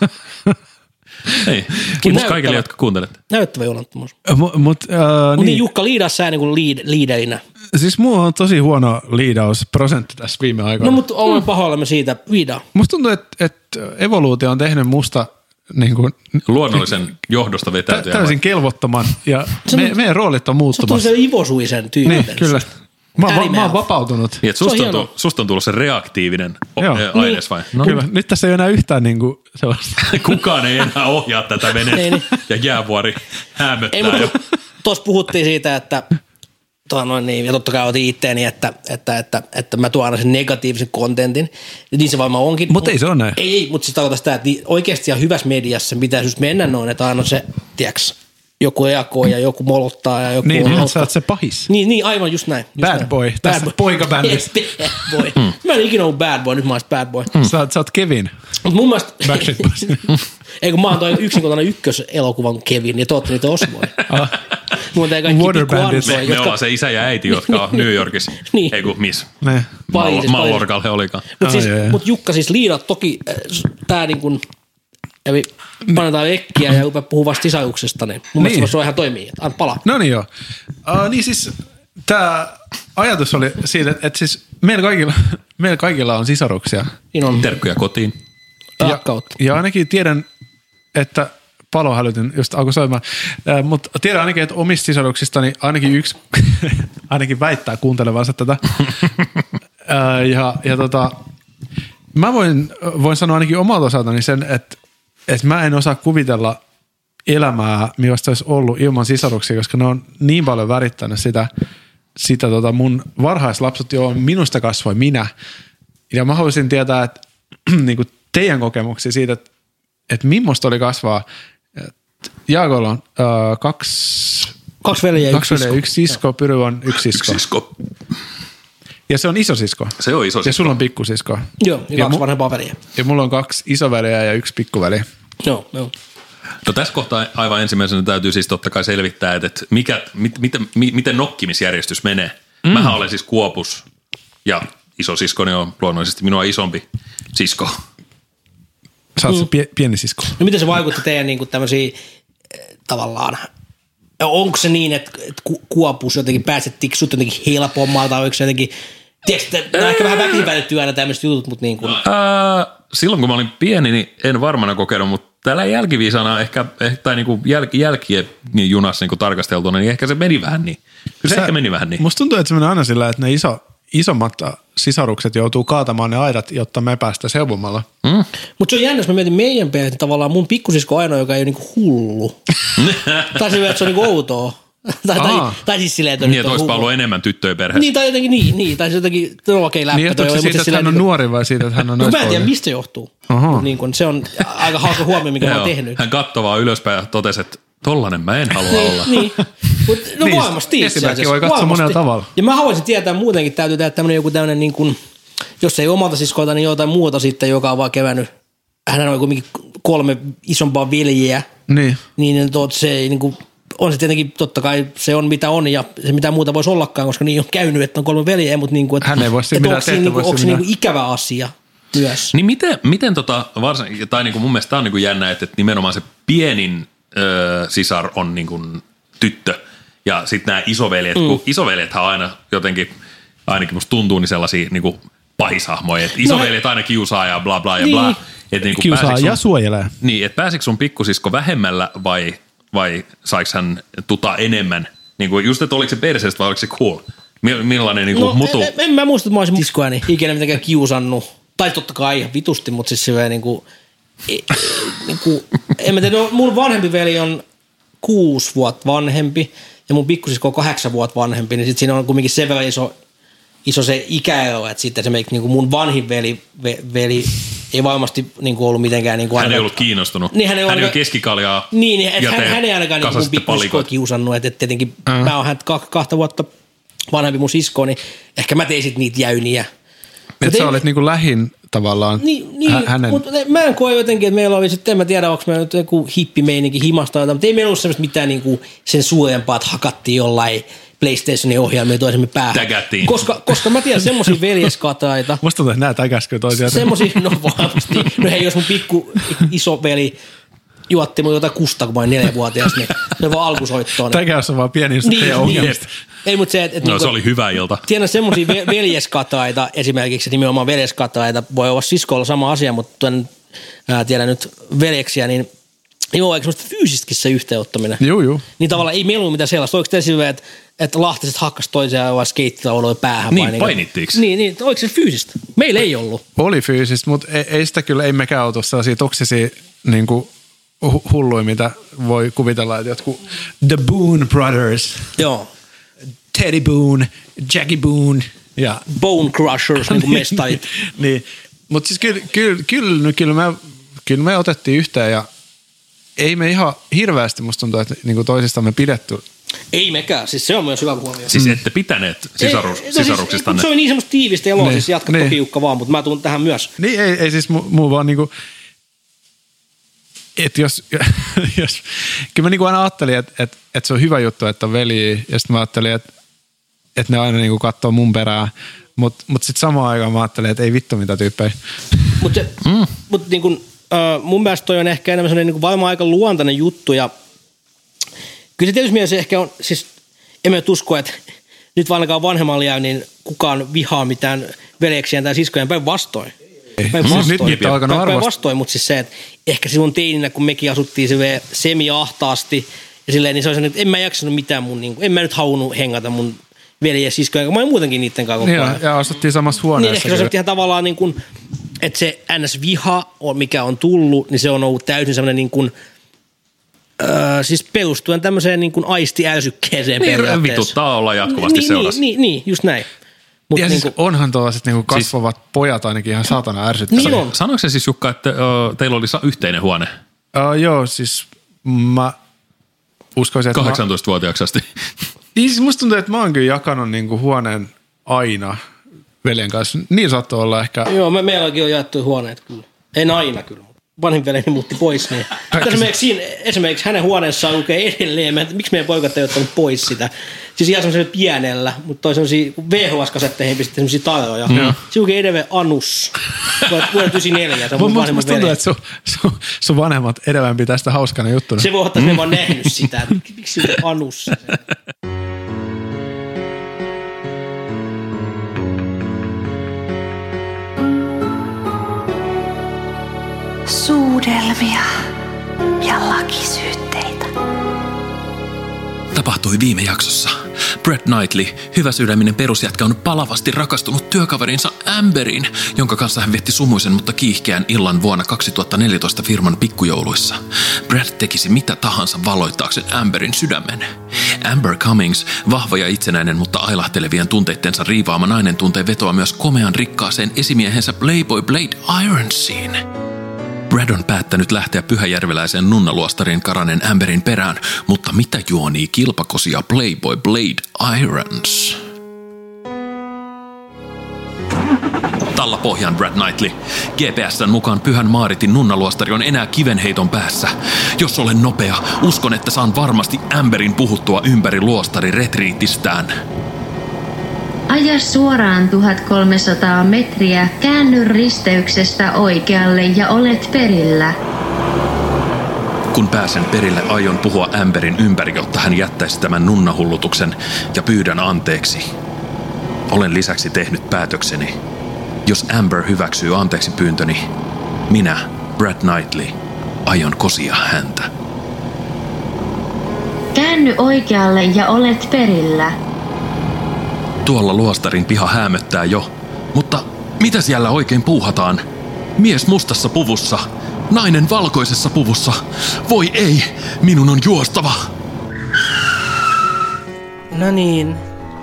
S1: Ei, kiitos
S3: Niin. näyttävä.
S1: kaikille, jotka kuuntelette.
S3: Näyttävä jonattomuus.
S2: M- mut, äh,
S3: Mutta
S2: niin,
S3: niin. Jukka liidaa sää niin kuin liid, liiderinä.
S2: siis mulla on tosi huono liidausprosentti tässä viime aikoina.
S3: No
S1: Hmm.
S2: No, mut...
S3: mutta olemme pahoillamme siitä, liidaa.
S2: Musta tuntuu, että et evoluutio on tehnyt musta niin kuin,
S1: Luonnollisen johdosta
S2: tä-
S1: vetäytyjä.
S2: täysin kelvottoman ja me, meidän roolit on
S3: Se on
S2: muuttumassa.
S3: se Ivo Suisen tyyppi.
S2: Niin, kyllä. Mä, oon va-
S3: Äärimmäinen.
S2: mä oon vapautunut.
S1: Niin, että
S3: Se on
S1: susta, on
S3: hienoa. Niin.
S1: tullut, susta on tullut se reaktiivinen o-
S2: Joo.
S1: ö, aines vai?
S2: No. Kyllä, nyt tässä ei ole enää yhtään niin kuin sellaista.
S1: Kukaan ei enää ohjaa tätä
S3: Ei niin.
S1: venettä ja jäävuori häämöttää
S3: Ei,
S1: jo.
S3: mutta tuossa puhuttiin siitä, että tota noin, niin, ja totta kai otin itteeni, että, että, että, että mä tuon aina sen negatiivisen kontentin. Ja Niin se varmaan onkin.
S2: Mut ei se ole näin.
S3: Ei, ei mutta se tarkoittaa sitä, että ni- oikeasti ja hyvässä mediassa pitäisi just mennä noin, että aina se, tiiäks, joku reagoi ja joku molottaa ja joku
S2: Niin,
S3: on
S2: niin, että
S3: hauska.
S2: sä oot se pahis.
S3: Niin, niin, aivan just näin. Just
S2: Bad
S3: näin.
S2: boy, tässä poikabändissä.
S3: Bad boy. Mä en ikinä ollut bad boy, nyt mä oon bad boy.
S2: Mm. Sä, oot, sä oot Kevin.
S3: Mut mun mielestä...
S2: Backstreet Boys.
S3: Ei kun mä oon toi yksinkotainen ykköselokuvan Kevin ja te ootte niitä Osmoja.
S2: Ah.
S3: Muuten ei kaikki
S2: Water
S3: pikku
S2: Bandits.
S1: Me, me
S3: ansoja, jotka...
S1: ollaan se isä ja äiti, jotka on New Yorkissa.
S3: Niin.
S1: Ei kun miss.
S2: Ne.
S3: Paisis, paisis.
S1: Mallorkalla he olikaan.
S3: Mutta siis,
S2: Ai, ai, ai.
S3: mut Jukka, siis liinat toki, äh, s- tää niin kun, eli panetaan ekkiä ja rupea puhua vasta sisaruksesta, niin mun niin. mielestä
S2: Niin.
S3: se on ihan toimii. Anna palaa.
S2: No niin joo. Uh, niin siis tämä ajatus oli siitä, että siis meillä kaikilla, meillä kaikilla on sisaruksia.
S3: Niin on
S1: Terkkuja kotiin.
S3: rakkautta.
S2: Ja ainakin tiedän, että palohälytin just alkoi soimaan, uh, mutta tiedän ainakin, että omista sisaruksistani ainakin yksi ainakin väittää kuuntelevansa tätä. uh, ja, ja tota, mä voin, voin sanoa ainakin omalta osaltani sen, että, että mä en osaa kuvitella elämää, millaista olisi ollut ilman sisaruksia, koska ne on niin paljon värittänyt sitä, sitä tota mun varhaislapset, joo, minusta kasvoi minä. Ja mä haluaisin tietää, että niin kuin teidän kokemuksia siitä, että, että millaista oli kasvaa. Et Jaakolla on öö, kaksi,
S3: Kaksi veljeä ja
S2: kaksi
S3: yksi
S2: veljeä,
S3: sisko.
S2: yksi sisko, Pyry on yksi sisko.
S1: Sisko.
S2: Ja se on isosisko.
S1: Se on iso
S2: Ja
S1: sisko.
S2: sulla on pikkusisko.
S3: Joo, ja
S2: Ja
S3: kaksi
S2: mu-
S3: vanhempaa veljeä.
S2: Ja mulla on kaksi isoveliä ja yksi pikkuveli.
S3: Joo, joo.
S1: No tässä kohtaa aivan ensimmäisenä täytyy siis totta kai selvittää, että et mikä, mit, miten, mi- miten nokkimisjärjestys menee. Mm. Mähän olen siis Kuopus ja iso siskoni on luonnollisesti minua isompi sisko.
S2: Sä oot se
S1: Mm.
S2: pie- pieni sisko.
S3: No miten se vaikutti teidän niin kuin tämmöisiin tavallaan, onko se niin, että, että ku- kuopus jotenkin pääset tiksut jotenkin helpommalta, tai onko se jotenkin, tiedätkö, että nämä on ehkä vähän väkisin päätetty aina tämmöiset jutut, mutta niin kuin,
S1: Ää, silloin kun mä olin pieni, niin en varmana kokenut, mutta tällä jälkiviisana ehkä, eh- tai niinku jäl, jälkien niin junassa niinku tarkasteltuna, niin ehkä se meni vähän niin. Kyllä se
S2: Sä-
S1: ehkä meni vähän niin.
S2: Musta tuntuu, että se menee aina sillä, että ne iso, isommat sisarukset joutuu kaatamaan ne aidat, jotta me päästään helpommalla.
S1: Mm.
S3: Mutta se on jännä, jos mä mietin meidän perhettä, tavallaan mun pikkusisko on ainoa, joka ei ole niinku hullu. tai se, että se on niinku outoa. tai, tai,
S2: Aa.
S3: tai, siis silleen, että
S1: Niin,
S3: nyt
S1: että
S3: on
S1: olisipa
S3: hullu.
S1: ollut enemmän tyttöjä perheessä.
S3: Niin, tai jotenkin niin, niin tai se jotenkin, no okei, läppä.
S2: Niin,
S3: toi
S2: johtuuko
S3: oli,
S2: se
S3: mutta
S2: siitä,
S3: siis
S2: että hän on
S3: niinku-
S2: nuori vai siitä, että hän on
S3: No, mä en tiedä,
S2: naispuolinen?
S3: mistä johtuu.
S2: Oho.
S3: Niin kun, se on aika hauska huomio, mikä Niin, mä oon
S1: Joo.
S3: tehnyt.
S1: Hän katsoi vaan ylöspäin ja totesi, että tollanen mä en halua olla.
S3: niin. Mut, no
S2: Niin,
S3: varmasti itse
S2: esimerkki
S3: asiassa.
S2: voi katsoa
S3: varmasti.
S2: monella tavalla.
S3: Ja mä haluaisin tietää muutenkin, täytyy tehdä tämmönen joku tämmönen niin kuin, jos ei omalta siskoilta, niin jotain muuta sitten, joka on vaan kevännyt. Hän on kuitenkin kolme isompaa veljeä,
S2: Niin.
S3: niin tot, se ei niin kuin, on se tietenkin totta kai se on mitä on ja se mitä muuta voisi ollakaan, koska niin on käynyt, että on kolme veljeä, mutta niin kuin, että,
S2: Hän ei voi siinä
S3: että
S2: mitään
S3: onko se,
S2: tehdä,
S3: niin
S2: voi
S3: kuin, onko se
S2: siinä
S3: niin kuin ikävä asia myös.
S1: Niin miten, miten tota, varsin, tai niinku mun mielestä tämä on niinku jännä, että, että nimenomaan se pienin ö, sisar on niinku tyttö ja sitten nämä isoveljet, mm. kun isoveljethän on aina jotenkin, ainakin musta tuntuu, niin sellaisia niinku pahishahmoja. Et isoveljet aina kiusaa ja bla bla ja
S3: Niin.
S1: bla. Et niinku
S5: Kiusaa
S1: pääsikö
S5: ja
S1: sun,
S5: suojelee.
S1: niin, et pääsikö sun pikkusisko vähemmällä vai, vai saiks hän tuta enemmän? Niinku just, että oliko se perseestä vai oliko se cool? Mi- millainen niinku no, mutu? niin.
S3: En, en, mä muista, että mä olisin diskoääni ikinä mitenkään kiusannut. Tai totta kai ihan vitusti, mutta siis se niinku, e, e, niinku, en mä tiedä, no, mun vanhempi veli on kuusi vuotta vanhempi ja mun pikkusisko on kahdeksan vuotta vanhempi, niin sit siinä on kuitenkin sen verran iso, iso se ikäero, että sitten se niinku mun vanhin veli, ve, veli ei varmasti niinku ollut mitenkään niinku
S1: hän ei
S3: ainakaan-
S1: ollut kiinnostunut.
S3: Niin, hän ei ollut-
S1: hän keskikaljaa.
S3: Niin, niin että
S1: ja
S3: hän,
S1: te
S3: hän ei ainakaan niin mun
S1: kasasitte
S3: pikkusiskoa
S1: palikoita.
S3: kiusannut, että et tietenkin mm. mä oon hän ka- kahta vuotta vanhempi mun sisko, niin ehkä mä tein sit niitä jäyniä. Mut
S2: Että
S3: ei-
S2: sä olet niinku lähin tavallaan
S3: Niin, niin
S2: hä- hänen.
S3: mutta mä en koe jotenkin, että meillä oli sitten, en mä tiedä, onko meillä nyt joku hippimeininki himasta, jotain, mutta ei meillä ollut semmoista mitään niin kuin sen suurempaa, että hakattiin jollain PlayStationin ohjelmia toisemme päähän.
S1: Tägättiin.
S3: Koska, koska mä tiedän semmoisia veljeskataita,
S2: Musta tuntuu, että nää täkäskö toisiaan.
S3: Semmoisia, no varmasti. No hei, jos mun pikku isoveli juotti mun jotain kusta, kun mä olin neljävuotias, niin se vaan alkusoittoon.
S2: Täkäys on vaan pieni niin, ongelmista.
S3: Ei, mutta se, että et,
S1: No se oli hyvä ilta.
S3: tiedän semmoisia ve- veljeskataita, esimerkiksi että nimenomaan veljeskataita, voi olla siskolla sama asia, mutta en ää, tiedä nyt veljeksiä, niin joo, eikö semmoista fyysisestikin se yhteenottaminen?
S2: Juu, juu.
S3: Niin tavallaan ei meillä ollut mitään sellaista. Oliko teillä silleen, että, että lahtiset hakkas toisiaan vai skeittitauluja päähän?
S1: Niin,
S3: vai niinku-
S1: painittiinko?
S3: Niin, niin, oliko se fyysistä? Meillä ei ollut.
S2: Oli fyysistä, mutta ei, ei sitä kyllä, ei mekään oltu sellaisia toksisia niin kuin hulluja, mitä voi kuvitella, että jotkut The Boone Brothers,
S3: Joo.
S2: Teddy Boone, Jackie Boone ja
S3: Bone Crushers, niin kuin mestarit.
S2: niin. Mutta siis kyllä, kyllä, kyllä, no kyllä, me, kyllä me otettiin yhteen ja ei me ihan hirveästi musta tuntuu, että niinku toisistamme pidetty.
S3: Ei mekään, siis se on myös hyvä huomio.
S1: Siis ette pitäneet sisarus,
S3: Ei, no siis-
S1: sisaruksistanne.
S3: Se oli niin semmoista tiivistä eloa,
S2: Niin,
S3: siis jatka
S2: niin.
S3: toki Jukka vaan, mutta mä tuun tähän myös.
S2: Niin ei, ei siis mu, muu vaan niinku, että jos, jos, kyllä mä niinku aina ajattelin, että et, et se on hyvä juttu, että on veli ja sitten mä ajattelin, että et ne aina niinku katsoo mun perää, mutta mut sitten samaan aikaan mä ajattelin, että ei vittu mitä tyyppejä.
S3: Mutta mm. mut niin kun, äh, mun mielestä toi on ehkä enemmän sellainen niin varmaan aika luontainen juttu ja kyllä se tietysti mielessä ehkä on, siis en mä nyt usko, että nyt vaan ainakaan vanhemmalla jää, niin kukaan vihaa mitään veljeksiään tai siskojen päinvastoin.
S2: Siis nyt niitä on alkanut
S3: Päin
S2: arvostaa.
S3: vastoin, mutta siis se, että ehkä silloin teininä, kun mekin asuttiin se semi-ahtaasti, ja silleen, niin se olisi, että en mä jaksanut mitään mun, niin kuin, en mä nyt halunnut hengata mun veljen ja siskojen, kanssa. mä olin muutenkin niiden kanssa koko
S2: Niin,
S3: ajan.
S2: ja, ja asuttiin samassa
S3: Niin
S2: huoneessa.
S3: ehkä se on
S2: kyllä.
S3: ihan tavallaan niin kuin, että se NS-viha, on- mikä on tullut, niin se on ollut täysin semmoinen niin kuin, öö, siis perustuen tämmöiseen niin kuin aistiäysykkeeseen
S1: Niin,
S3: periaatteessa.
S1: vituttaa olla jatkuvasti
S3: niin,
S1: seurassa.
S3: niin, niin, niin, just näin. Mut
S2: Ja
S3: niin
S2: siis
S3: kuin,
S2: onhan tuollaiset niinku kasvavat siis, pojat ainakin ihan saatana ärsyttäviä.
S3: niin on.
S1: Sanoiko se siis Jukka, että ö, teillä oli sa- yhteinen huone
S2: Uh, joo, siis mä uskoisin, että... Mä,
S1: 18-vuotiaaksi asti?
S2: niin siis musta tuntuu, että mä oon kyllä jakanut niinku huoneen aina veljen kanssa. Niin saattoi olla ehkä...
S3: Joo, me, meilläkin on jaettu huoneet kyllä. En aina kyllä. mutta Vanhin veljeni muutti pois. Niin. esimerkiksi, siinä, esimerkiksi hänen huoneessaan lukee edelleen, mä, että miksi meidän poikat ei ottanut pois sitä. Siis ihan semmoisella pienellä, mutta toi semmoisia VHS-kasetteihin pisti semmoisia taroja. Mm. Se lukee edelleen Anus. Vuodet- Vuodet 94, se on mun
S2: Musta
S3: vanhemman
S2: musta tuntuu,
S3: veli.
S2: että sun, sun, sun vanhemmat edelleen pitää sitä hauskana juttuna.
S3: Se voi ottaa, että ne vaan nähnyt sitä. että Miksi se on Anus?
S6: Suudelmia ja lakisyytteitä.
S1: Tapahtui viime jaksossa. Brad Knightley, hyvä sydäminen perusjätkä, on palavasti rakastunut työkaverinsa Amberiin, jonka kanssa hän vietti sumuisen, mutta kiihkeän illan vuonna 2014 firman pikkujouluissa. Brad tekisi mitä tahansa valoittaakseen Amberin sydämen. Amber Cummings, vahva ja itsenäinen, mutta ailahtelevien tunteittensa riivaama nainen, tuntee vetoa myös komean rikkaaseen esimiehensä Playboy Blade Ironsiin. Brad on päättänyt lähteä pyhäjärveläiseen nunnaluostarin karanen Amberin perään, mutta mitä juonii kilpakosia Playboy Blade Irons? Talla pohjaan Brad Knightley. GPSn mukaan Pyhän Maaritin nunnaluostari on enää kivenheiton päässä. Jos olen nopea, uskon, että saan varmasti Amberin puhuttua ympäri luostari retriitistään.
S7: Aja suoraan 1300 metriä, käänny risteyksestä oikealle ja olet perillä.
S1: Kun pääsen perille, aion puhua Ämperin ympäri, jotta hän jättäisi tämän nunnahullutuksen ja pyydän anteeksi. Olen lisäksi tehnyt päätökseni. Jos Amber hyväksyy anteeksi pyyntöni, minä, Brad Knightley, aion kosia häntä.
S7: Käänny oikealle ja olet perillä.
S1: Tuolla luostarin piha häämöttää jo, mutta mitä siellä oikein puuhataan? Mies mustassa puvussa, nainen valkoisessa puvussa. Voi ei, minun on juostava.
S5: No niin,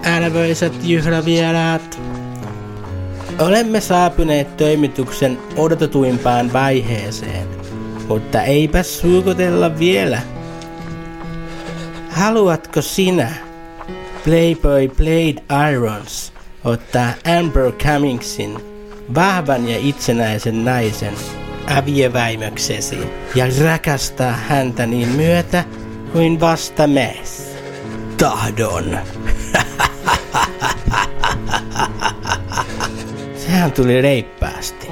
S5: älvöiset juhlavieraat.
S3: Olemme saapuneet toimituksen odotetuimpaan vaiheeseen, mutta eipä suukotella vielä. Haluatko sinä, Playboy Blade Irons, ottaa Amber Cummingsin, vahvan ja itsenäisen naisen, avioväimöksesi ja rakastaa häntä niin myötä kuin vasta mees? Tahdon. Sehän tuli reippaasti.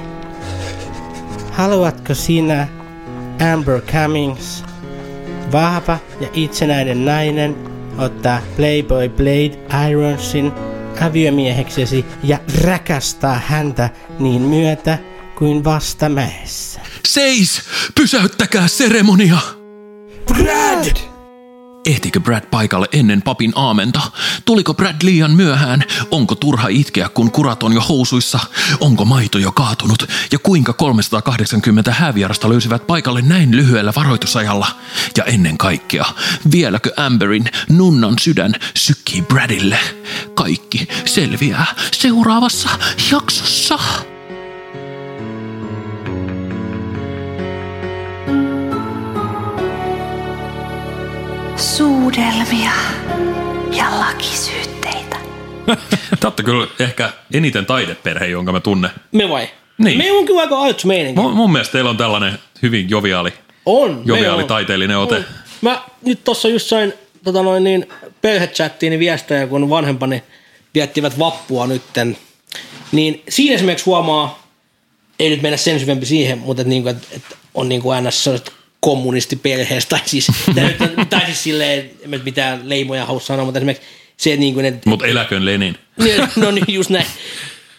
S3: Haluatko sinä, Amber Cummings, vahva ja itsenäinen nainen, ottaa Playboy Blade Ironsin aviomieheksesi ja rakastaa häntä niin myötä kuin vasta mäessä?
S1: Seis! Pysäyttäkää seremonia!
S3: Brad!
S1: Ehtikö Brad paikalle ennen papin aamenta? Tuliko Brad liian myöhään? Onko turha itkeä, kun kurat on jo housuissa? Onko maito jo kaatunut? Ja kuinka 380 häävierasta löysivät paikalle näin lyhyellä varoitusajalla? Ja ennen kaikkea, vieläkö Amberin nunnan sydän sykkii Bradille? Kaikki selviää seuraavassa jaksossa.
S6: Suudelmia ja lakisyytteitä.
S1: Tämä on kyllä ehkä eniten taideperhe, jonka mä tunnen.
S3: Me vai?
S1: Niin.
S3: Me on kyllä aika ajatus meininki.
S1: Mun, mun mielestä teillä on tällainen hyvin joviaali,
S3: On.
S1: joviaali
S3: meillä on.
S1: taiteellinen ote.
S3: On. Mm. Mä nyt tossa just sain tota noin niin, perhechattiin niin viestejä, kun vanhempani viettivät vappua nytten. Niin siinä esimerkiksi huomaa, ei nyt mennä sen syvempi siihen, mutta et niinku, et, et on niinku aina sellaiset kommunistiperheestä, tai siis, tai, nyt- tai siis silleen, en mä nyt mitään leimoja halua sanoa, mutta esimerkiksi se, niinku, ne,
S1: Mutta eläkön Lenin.
S3: ne- no niin, just näin.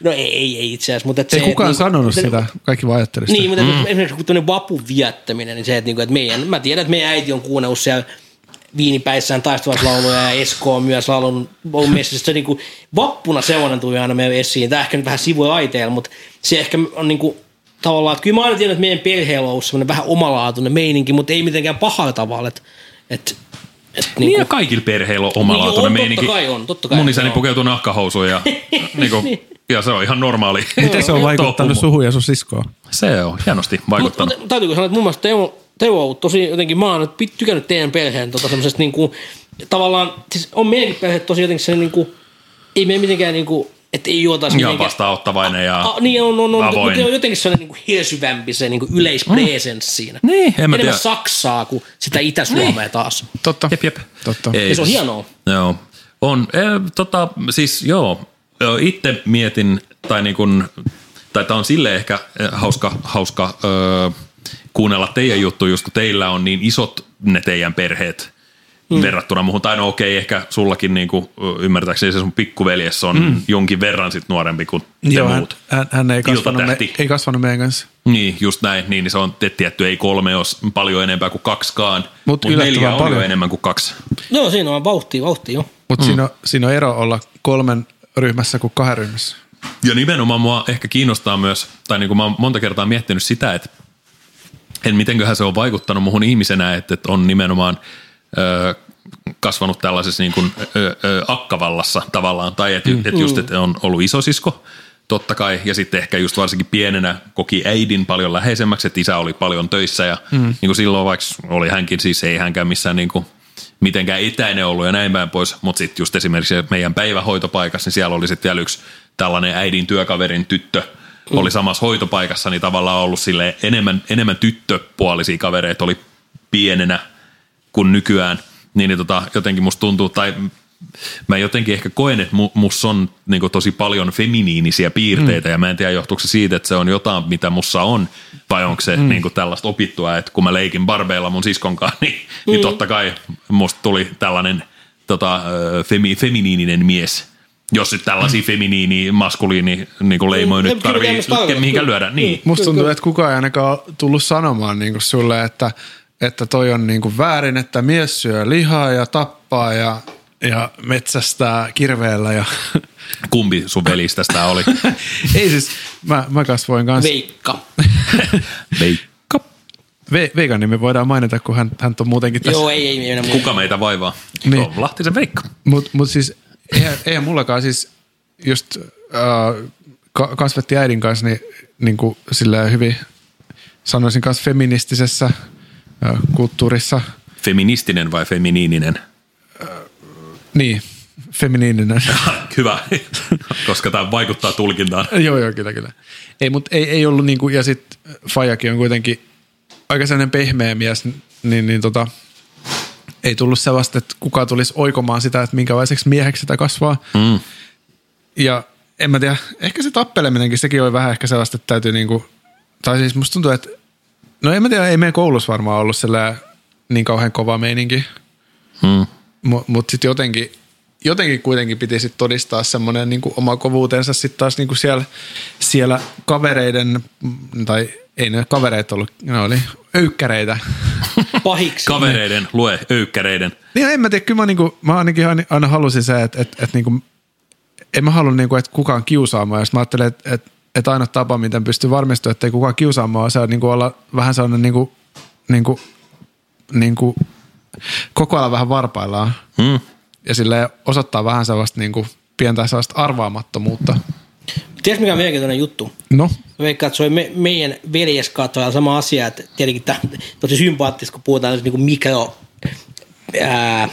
S3: No ei, ei, ei itse asiassa, mutta et
S2: Ei
S3: se,
S2: kukaan
S3: niinku-
S2: sanonut
S3: se-
S2: sitä, kaikki vaan ajatteli sitä.
S3: niin, mutta mm. esimerkiksi kun tuonne vapun viettäminen, niin se, että, niinku, että meidän, mä tiedän, että meidän äiti on kuunnellut siellä viinipäissään taistuvaslauluja ja Esko on myös laulun on messissä. Se niinku, vappuna sellainen tuli aina meidän esiin. Tämä ehkä nyt vähän sivuja aiteella, mutta se ehkä on niinku, tavallaan, että kyllä mä aina tiedän, että meidän perheellä on ollut semmoinen vähän omalaatuinen meininki, mutta ei mitenkään pahalla tavalla. Että, että, että
S1: Niin
S3: niinku,
S1: ja kaikilla perheillä on omalaatuinen
S3: Niin, on,
S1: meininki.
S3: totta kai on, totta kai
S1: Mun
S3: on,
S1: isäni
S3: joo.
S1: pukeutuu nahkahousuun ja, niin kuin, ja se on ihan normaali.
S2: Miten se on vaikuttanut
S1: touhumus.
S2: suhun ja sun siskoon?
S1: Se on hienosti
S3: Mut,
S1: vaikuttanut.
S3: mut, täytyykö sanoa, että mun mielestä Teo, Teo on ollut tosi jotenkin, mä oon nyt pit- tykännyt teidän perheen tota semmosesta niinku, tavallaan, siis on meidänkin perhe tosi jotenkin se niinku, ei mene mitenkään niinku, että ei juotaisi
S1: ja
S3: mitenkään.
S1: vastaanottavainen ja...
S3: A, niin on, on, on,
S1: avoin.
S3: mutta on jotenkin sellainen niinku hirsyvämpi se niinku yleispresenssi siinä.
S1: Niin, en mä
S3: Enemmän
S1: tiedä.
S3: Saksaa kuin sitä Itä-Suomea niin. taas.
S2: Totta.
S1: Jep, jep.
S2: Totta.
S1: Ei, siis-
S3: Ja se on hienoa.
S1: Joo. On. E, tota, siis joo, Ö, itse mietin, tai niin kun, tai tämä on sille ehkä eh, hauska, hauska ö, kuunnella teidän juttu, just kun teillä on niin isot ne teidän perheet mm. verrattuna muuhun. Tai no okei, ehkä sullakin niin kuin, ymmärtääkseni se sun pikkuveljes on mm. jonkin verran sit nuorempi kuin te
S2: Joo, hän,
S1: muut.
S2: hän, hän ei, kasvanut me,
S1: Iltatähti.
S2: ei kasvanut meidän kanssa.
S1: Niin, just näin. Niin, niin se on te- tietty, ei kolme os paljon enempää kuin kaksikaan, mutta
S2: yllättävän
S1: neljä on jo
S2: paljon.
S1: enemmän kuin kaksi.
S3: Joo, siinä on vauhtia, vauhtia joo.
S2: Mutta mm. siinä, on- siinä on ero olla kolmen ryhmässä kuin kahden ryhmässä.
S1: Ja nimenomaan mua ehkä kiinnostaa myös, tai niin kuin mä oon monta kertaa miettinyt sitä, että en mitenköhän se on vaikuttanut muhun ihmisenä, että, että on nimenomaan ö, kasvanut tällaisessa niin kuin, ö, ö, akkavallassa tavallaan, tai että, mm. että just, että on ollut isosisko, totta kai, ja sitten ehkä just varsinkin pienenä koki äidin paljon läheisemmäksi, että isä oli paljon töissä, ja mm. niin kuin silloin vaikka oli hänkin, siis ei hänkään missään niin kuin mitenkään etäinen ollut ja näin päin pois, mutta sitten just esimerkiksi meidän päivähoitopaikassa, niin siellä oli sitten vielä yksi tällainen äidin työkaverin tyttö, oli samassa hoitopaikassa, niin tavallaan ollut sille enemmän, enemmän tyttöpuolisia kavereita oli pienenä kuin nykyään, niin, niin tota, jotenkin musta tuntuu, tai mä jotenkin ehkä koen, että mu, musta on niin tosi paljon feminiinisiä piirteitä, mm. ja mä en tiedä johtuuko se siitä, että se on jotain, mitä mussa on, vai onko se mm. niin tällaista opittua, että kun mä leikin barbeilla mun siskonkaan, niin, mm. niin totta kai musta tuli tällainen tota, ö, femi, feminiininen mies, Jos sitten tällaisia feminiini, maskuliini niin kuin leimoja
S3: Mm. Niin,
S1: nyt
S3: kyllä,
S1: tarvii,
S3: tämmöistä tarvitaan.
S1: mihinkä
S3: Kyllä.
S1: lyödä. Niin.
S2: Musta tuntuu, että kukaan ei ainakaan ole tullut sanomaan niin sulle, että, että toi on niin kuin väärin, että mies syö lihaa ja tappaa ja, ja metsästää kirveellä. Ja...
S1: Kumpi sun velistä tämä oli?
S2: ei siis, mä, mä kasvoin kanssa.
S3: Veikka.
S1: Veikka.
S2: Ve- Veikan nimi voidaan mainita, kun hän, hän on muutenkin tässä.
S3: Joo, ei, ei, ei mennä muuta.
S1: Kuka meitä vaivaa?
S2: Niin.
S1: Niin. Se on Lahtisen Veikka.
S2: Mutta mut siis eihän, eihän mullakaan siis just äh, ka- kasvetti äidin kanssa niin, niin kuin sillä hyvin sanoisin kanssa feministisessä äh, kulttuurissa.
S1: Feministinen vai feminiininen?
S2: Niin, feminiininen.
S1: Hyvä, koska tämä vaikuttaa tulkintaan.
S2: joo, joo, kyllä, kyllä. Ei, mutta ei, ei ollut niinku, ja sitten Fajakin on kuitenkin aika sellainen pehmeä mies, niin, niin tota, ei tullut sellaista, että kuka tulisi oikomaan sitä, että minkälaiseksi mieheksi sitä kasvaa. Mm. Ja en mä tiedä, ehkä se tappeleminenkin, sekin oli vähän ehkä sellaista, että täytyy niinku, tai siis musta tuntuu, että no en mä tiedä, ei meidän koulussa varmaan ollut sellainen niin kauhean kova meininki. Mutta mut sitten jotenkin, jotenkin kuitenkin piti sit todistaa semmoinen niinku oma kovuutensa sitten taas niinku siellä, siellä kavereiden, mm, tai ei ne kavereet ollut, ne oli öykkäreitä.
S3: Pahiksi.
S1: Kavereiden, lue öykkäreiden.
S2: niin en mä tiedä, kyllä mä, niinku, mä ainakin aina- aina halusin se, että et, et niinku, en mä halua niinku, että kukaan kiusaamaan, jos mä ajattelen, että et, et aina tapa, miten pystyy varmistumaan, että ei kukaan kiusaamaan, on se on niinku olla vähän sellainen niinku, niinku, niinku, koko ajan vähän varpaillaan.
S1: Hmm.
S2: ja sille osoittaa vähän sellaista niin kuin, pientä sellaista arvaamattomuutta.
S3: Tiedätkö mikä on mielenkiintoinen juttu?
S2: No,
S3: Mä Veikkaan, että se oli me, meidän veljeskaattajalla sama asia, että tietenkin tämä tosi sympaattista, kun puhutaan niin kuin mikro... Ää,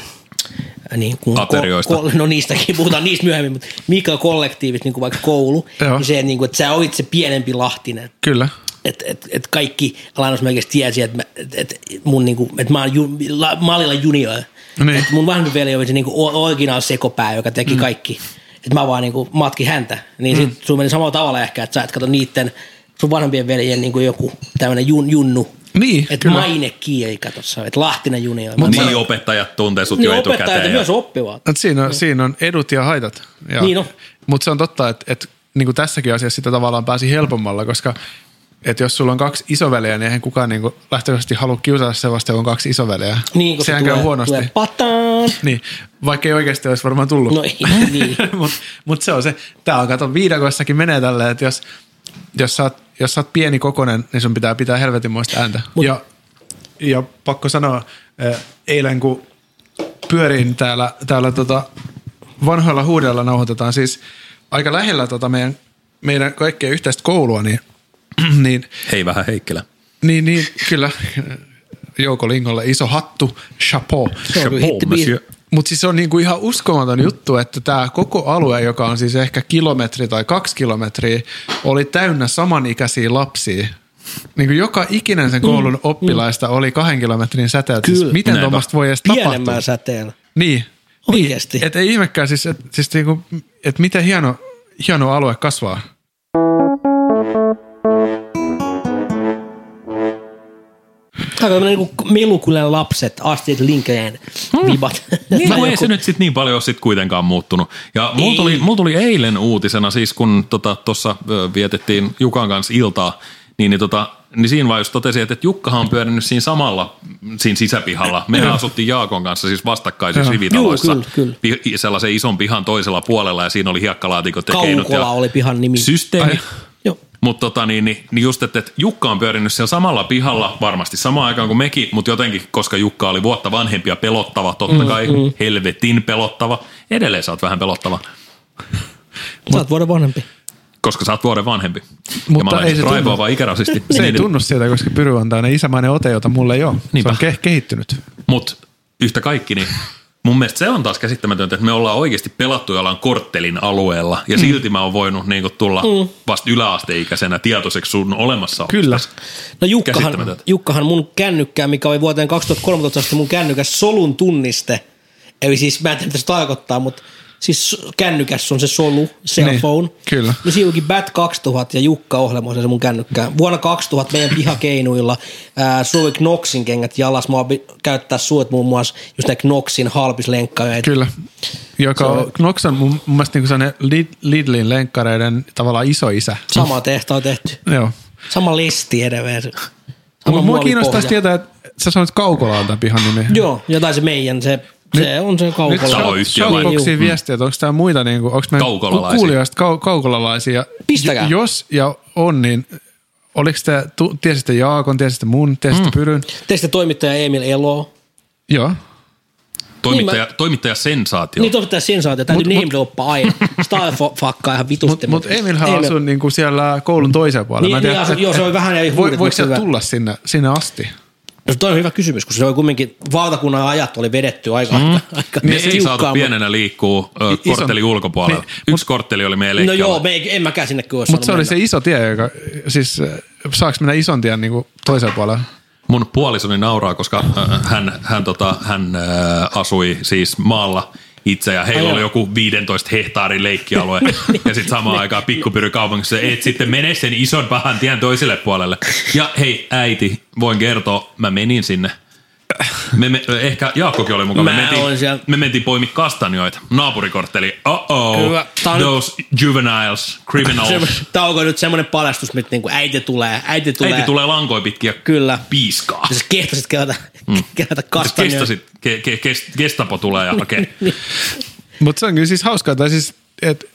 S3: niin kuin
S1: Aterioista.
S3: no niistäkin, puhutaan niistä myöhemmin, mutta mikrokollektiivit, niin kuin vaikka koulu,
S2: Joo.
S3: niin se, niin kuin, että sä olit se pienempi lahtinen.
S2: kyllä.
S3: että et, et kaikki lainausmerkeissä tiesi, että mä, et, et mun niinku, et mä oon ju, la, Malilla junior.
S2: Niin.
S3: Et mun vanhempi veli oli se niinku o- original sekopää, joka teki mm. kaikki. Että mä vaan niinku matki häntä. Niin mm. sit sun meni samalla tavalla ehkä, että sä et kato niitten sun vanhempien veljen niinku joku tämmönen jun, junnu.
S2: Niin,
S3: Että
S2: kyllä.
S3: maine kieli, kato sä, että Lahtinen junior.
S1: Mut
S3: Mä-
S1: niin opettajat tuntee sut
S3: niin
S1: jo
S3: opettajat ja
S1: etukäteen. Ja...
S3: myös oppivat.
S2: Et siinä, on, siinä on edut ja haitat. Ja,
S3: Niin on.
S2: Mutta se on totta, että, että niin kuin tässäkin asiassa sitä tavallaan pääsi helpommalla, koska että jos sulla on kaksi isoveliä, niin eihän kukaan niin kuin, lähtökohtaisesti halua kiusata sellaista, kun on kaksi isoveliä.
S3: Niin, kun se
S2: Sehän käy
S3: tulee,
S2: huonosti.
S3: tulee pataan.
S2: Niin, vaikka ei oikeasti olisi varmaan tullut.
S3: No ei, niin.
S2: Mutta mut se on se, tää on, kato, viidakoissakin menee tälleen, että jos, jos, sä oot, jos sä oot pieni kokonen, niin sun pitää pitää helvetinmoista ääntä. Mut. Ja, ja pakko sanoa, eh, eilen kun pyörin täällä, täällä tota vanhoilla huudella nauhoitetaan, siis aika lähellä tota meidän, meidän kaikkien yhteistä koulua, niin, niin
S1: Hei vähän Heikkilä.
S2: niin, niin, kyllä. Jouko Lingolle iso hattu, chapeau.
S3: on kyllä hitti biisi.
S2: Mutta siis se on niinku ihan uskomaton juttu, että tämä koko alue, joka on siis ehkä kilometri tai kaksi kilometriä, oli täynnä samanikäisiä lapsia. Niin kuin joka ikinen sen koulun mm, oppilaista oli kahden kilometrin säteellä. Siis
S3: Kyllä.
S2: miten
S1: Näinpä.
S2: tuommoista voi edes tapahtua?
S3: Pienemmän säteellä.
S2: Niin.
S3: Oikeesti.
S2: Niin, et ei ihmekään siis, että siis niinku, et miten hieno, hieno alue kasvaa.
S3: Aika tämmönen niinku Melukylen lapset, Astrid Lindgren, vibat.
S1: Niin, no ei
S3: Joku-
S1: se nyt sit niin paljon ole sit kuitenkaan muuttunut. Ja mulla
S3: Ei.
S1: tuli, mul tuli eilen uutisena, siis kun tuossa tota, tossa, ö, vietettiin Jukan kanssa iltaa, niin, niin, tota, niin siinä vaan just totesin, että, että Jukkahan on pyörinyt siinä samalla, mm, siinä sisäpihalla. Me asuttiin Jaakon kanssa siis vastakkaisissa
S2: Joo.
S1: rivitaloissa.
S3: Juu, kyllä,
S1: kyllä. Pi- sellaisen ison pihan toisella puolella ja siinä oli hiekkalaatikot ja keinot.
S3: Kaukola
S1: Ja
S3: oli pihan nimi.
S1: systeemi.
S3: Joo.
S1: Mutta tota, niin, niin, niin just, että, että Jukka on pyörinyt siellä samalla pihalla varmasti samaan aikaan kuin mekin, mutta jotenkin, koska Jukka oli vuotta vanhempi ja pelottava, totta kai mm, mm. helvetin pelottava. Edelleen sä oot vähän pelottava,
S3: Sä oot vuoden vanhempi.
S1: koska sä oot vuoden vanhempi.
S2: Mutta
S1: ja mä olen
S2: ei se tunnu-
S1: raivoava ikärasisti.
S2: Se ei
S1: Niin,
S2: tunnu sieltä, koska Pyry antaa ne isämainen ote, jota mulle ei ole.
S1: Niinpä.
S2: Se on ke- kehittynyt.
S1: Mutta yhtä kaikki, niin mun mielestä se on taas käsittämätöntä, että me ollaan oikeasti pelattu jollain korttelin alueella
S2: Mm.
S1: ja silti mä oon voinut niin kuin, tulla vasta yläasteikäisenä tietoiseksi sun olemassa.
S2: Kyllä.
S3: No Jukkahan,
S1: Käsittämätöntä.
S3: Jukkahan mun kännykkää, mikä oli vuoteen 2013 asti mun kännykäs solun tunniste. Eli siis mä en tiedä, mitä se tarkoittaa, mutta siis kännykässä on se solu, cell
S2: Niin,
S3: phone.
S2: kyllä.
S3: No siinä onkin Bat 2000 ja Jukka Ohjelmo se mun kännykkään. Vuonna 2000 meidän pihakeinuilla ää, soi Knoxin kengät jalas. Mä opin käyttää suot muun muassa just näitä Knoxin halpislenkkaja. Et
S2: Kyllä. Joka on, Knox on mun, mun mielestä niinku sellainen Lid- Lidlin lenkkareiden tavallaan iso isä.
S3: Sama tehtä on tehty.
S2: Joo.
S3: Sama listi edelleen. Sama
S2: Mua, mua kiinnostaisi
S3: muovipohja.
S2: tietää, että sä sanoit Kaukola on tämän pihan nimi.
S3: Joo, jotain se meidän, se, se on se
S2: Nyt
S3: kaukolla.
S1: Salo yhtiö vai?
S2: Shoutboxiin viestiä, että onko tämä muita, niin kuin, onko meidän
S1: Kaukolalaisia.
S2: kuulijoista kau, kaukolalaisia.
S3: Pistäkää.
S2: J- Jos ja on, niin oliko te, tu, tiesitte Jaakon, tiesitte mun, tiesitte mm. Pyryn?
S3: Teistä toimittaja Emil Elo.
S2: Joo. Niin,
S1: Toimittaja, toimittaja sensaatio.
S3: Niin totta sensaatio, täytyy name droppaa aina. Starfakkaa ihan vitusti.
S2: Mutta mut Emilhän asuu niinku siellä koulun toisella puolella.
S3: Niin, niin asuu-
S2: et-
S3: joo, se oli vähän jäi huudet,
S2: voi, Voiko
S3: mutta
S2: sieltä
S3: hyvä.
S2: tulla sinne, sinne asti?
S3: No, toi on hyvä kysymys, kun se oli kumminkin valtakunnan ajat oli vedetty aika, mm. aika
S1: Me Niin, ei
S3: tiukkaan,
S1: saatu
S3: mut- No
S1: pienenä liikkuu ö,
S2: ison-
S1: korttelin ulkopuolella.
S2: Niin,
S1: Yksi kortteli oli meillä
S3: No
S1: ehkä
S3: joo,
S1: alla.
S3: me ei, en mäkään sinne kyllä
S2: Mutta se oli se iso tie, joka, siis äh, saaks mennä ison tien niinku toisella puolella?
S1: Mun puolisoni nauraa, koska äh, hän, hän, tota, hän äh, asui siis maalla itse ja heillä
S3: Ai
S1: oli
S3: joo. Niin,
S1: joku 15 hehtaarin leikkialue. ja sitten samaan aikaan pikkupyrykaupungissa, et sitten mene sen ison pahan tien toiselle puolelle. Ja hei äiti, voin kertoa, mä menin sinne. Me, me, ehkä Jaakkokin oli mukana.
S3: Mä
S1: me,
S3: oon siellä.
S1: mentiin, me mentiin poimi kastanjoita. Naapurikortteli. Oh-oh,
S3: Kyllä. Tää on-
S1: those juveniles, criminals.
S3: Tämä onko nyt semmoinen paljastus, mitä niinku äiti tulee, äiti tulee.
S1: Äiti tulee lankoin pitkin ja
S3: Kyllä.
S1: piiskaa.
S3: Ja sä kehtasit kerätä, mm. kerätä kastanjoja.
S1: Kestasit, ke, ke, kes, gestapo tulee ja
S2: Niin,
S1: hakee.
S2: Mutta se on kyllä siis hauskaa, tai siis, että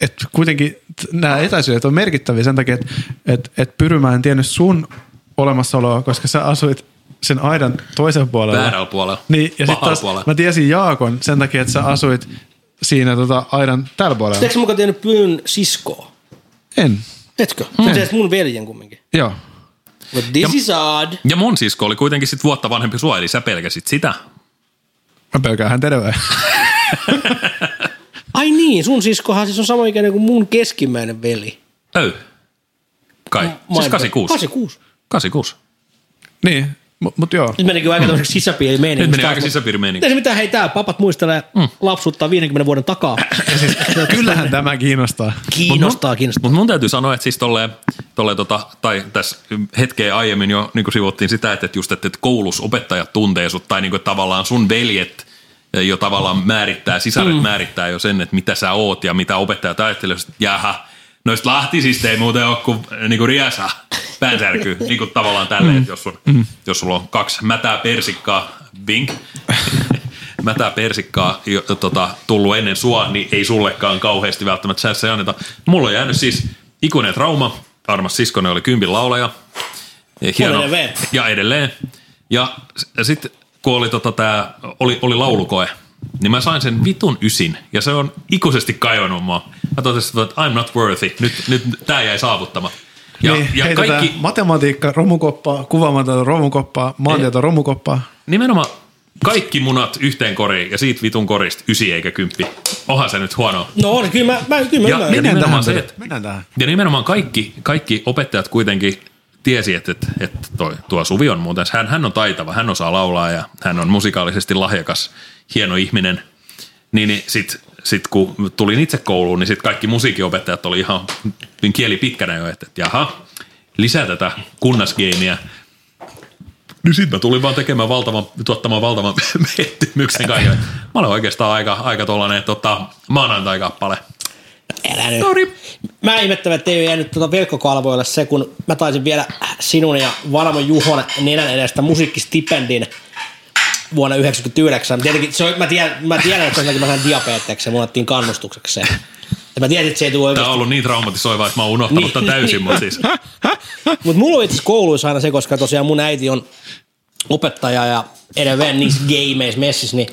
S2: et kuitenkin nämä etäisyydet on merkittäviä sen takia, että et, et Pyry mä en tiennyt sun olemassaoloa, koska sä asuit sen aidan toisen puolella.
S1: Väärällä puolella.
S2: Niin, ja sitten
S1: Pahalla
S2: taas
S1: puolella.
S2: mä tiesin Jaakon sen takia, että sä asuit siinä tota, aidan tällä puolella.
S3: Eikö sä mukaan tiennyt pyyn siskoa?
S2: En.
S3: Etkö? Mm. Sä teet mun veljen kumminkin.
S2: Joo.
S3: But this is odd.
S1: Ja mun sisko oli kuitenkin sit vuotta vanhempi sua, eli sä pelkäsit sitä.
S2: Mä pelkään häntä edelleen.
S3: Ai niin, sun siskohan siis on sama ikäinen kuin mun keskimmäinen veli.
S1: Öy. Kai. Siis 86.
S3: 86.
S1: 86.
S2: niin, mutta mut joo.
S3: Nyt menikin aika tämmöiseksi sisäpiiri meni.
S1: Nyt meni aika niin sisäpiirimeininki.
S3: Ei se mitään, hei tää, papat muistelee mm. lapsuutta 50 vuoden takaa.
S2: Siis, kyllähän tämä kiinnostaa.
S3: kiinnostaa, kiinnostaa.
S1: Mutta mun täytyy sanoa, että siis tolleen, tolleen tota, tai tässä hetkeä aiemmin jo niin sivuttiin sitä, että että just, että että koulussa opettajat tuntee sut, tai niin kuin tavallaan sun veljet eh, jo tavallaan määrittää, sisaret mm. määrittää jo sen, että mitä sä oot ja mitä opettajat ajattelee, että jaha, noista lahtisista ei muuten ole kuin, niin kuin riesa, päänsärky, niin kuin tavallaan tälleen, että jos, sun,
S3: Mm.
S1: jos sulla on kaksi mätää persikkaa, vink, mätää persikkaa jo, tota, tullut ennen sua, niin ei sullekaan kauheasti välttämättä sässä anneta. Mulla on jäänyt siis ikuinen trauma. Armas siskoni oli kympin laulaja. Ja Hieno.
S3: Mulla edelleen.
S1: Ja edelleen. Ja sitten kun oli, tota, tää, oli, oli laulukoe, niin mä sain sen vitun ysin. Ja se on ikuisesti kaivannut mua. Mä totesin, että I'm not worthy. Nyt, nyt tää jäi saavuttamatta. Ja,
S2: niin,
S1: ja
S2: heitetään
S1: kaikki,
S2: matematiikka romukoppaa, kuvaamatonta romukoppaa, maantieto romukoppaa.
S1: Nimenomaan kaikki munat yhteen koriin ja siitä vitun korista ysi eikä kymppi. Onhan se nyt huono.
S3: No on, kyllä mä, mä, kyllä mä
S1: Ja-
S3: ymmärrän.
S1: ja- nimenomaan
S2: tähän
S1: se,
S2: Pyry.
S1: että-
S2: Mennään tähän.
S1: Ja nimenomaan kaikki, kaikki opettajat kuitenkin tiesi, että, että, että toi, tuo Suvi on muuten, hän, hän on taitava, hän osaa laulaa ja hän on musikaalisesti lahjakas, hieno ihminen. Niin, niin sit, sit kun tulin itse kouluun, niin sit kaikki musiikinopettajat oli ihan niin kieli pitkänä jo, että, että jaha, lisää tätä kunnasgeimiä. Niin sit mä tulin vaan tekemään valtavan, tuottamaan valtavan mettymyksen kaikille. Mä olen oikeastaan aika, aika tollanen tota, maanantai-kappale.
S3: Älä nyt. Mä ihmettävän, että ei ole jäänyt tuota verkkokalvoille se, kun mä taisin vielä sinun ja Valmo Juhon nenän edestä musiikkistipendin vuonna 1999. Tietenkin, se oli, mä, tiedän, mä tiedän, että sen mä sain diabeteksen, mun annettiin kannustukseksi se. Ja mä tiedän, että se ei tule
S1: Tämä on
S3: oikeasti.
S1: ollut niin traumatisoivaa, että mä oon unohtanut
S3: Niin.
S1: niin. tämän täysin, mutta siis
S3: Mutta mulla on itse asiassa kouluissa aina se, koska tosiaan mun äiti on opettaja ja edelleen niissä gameissa, messissä, niin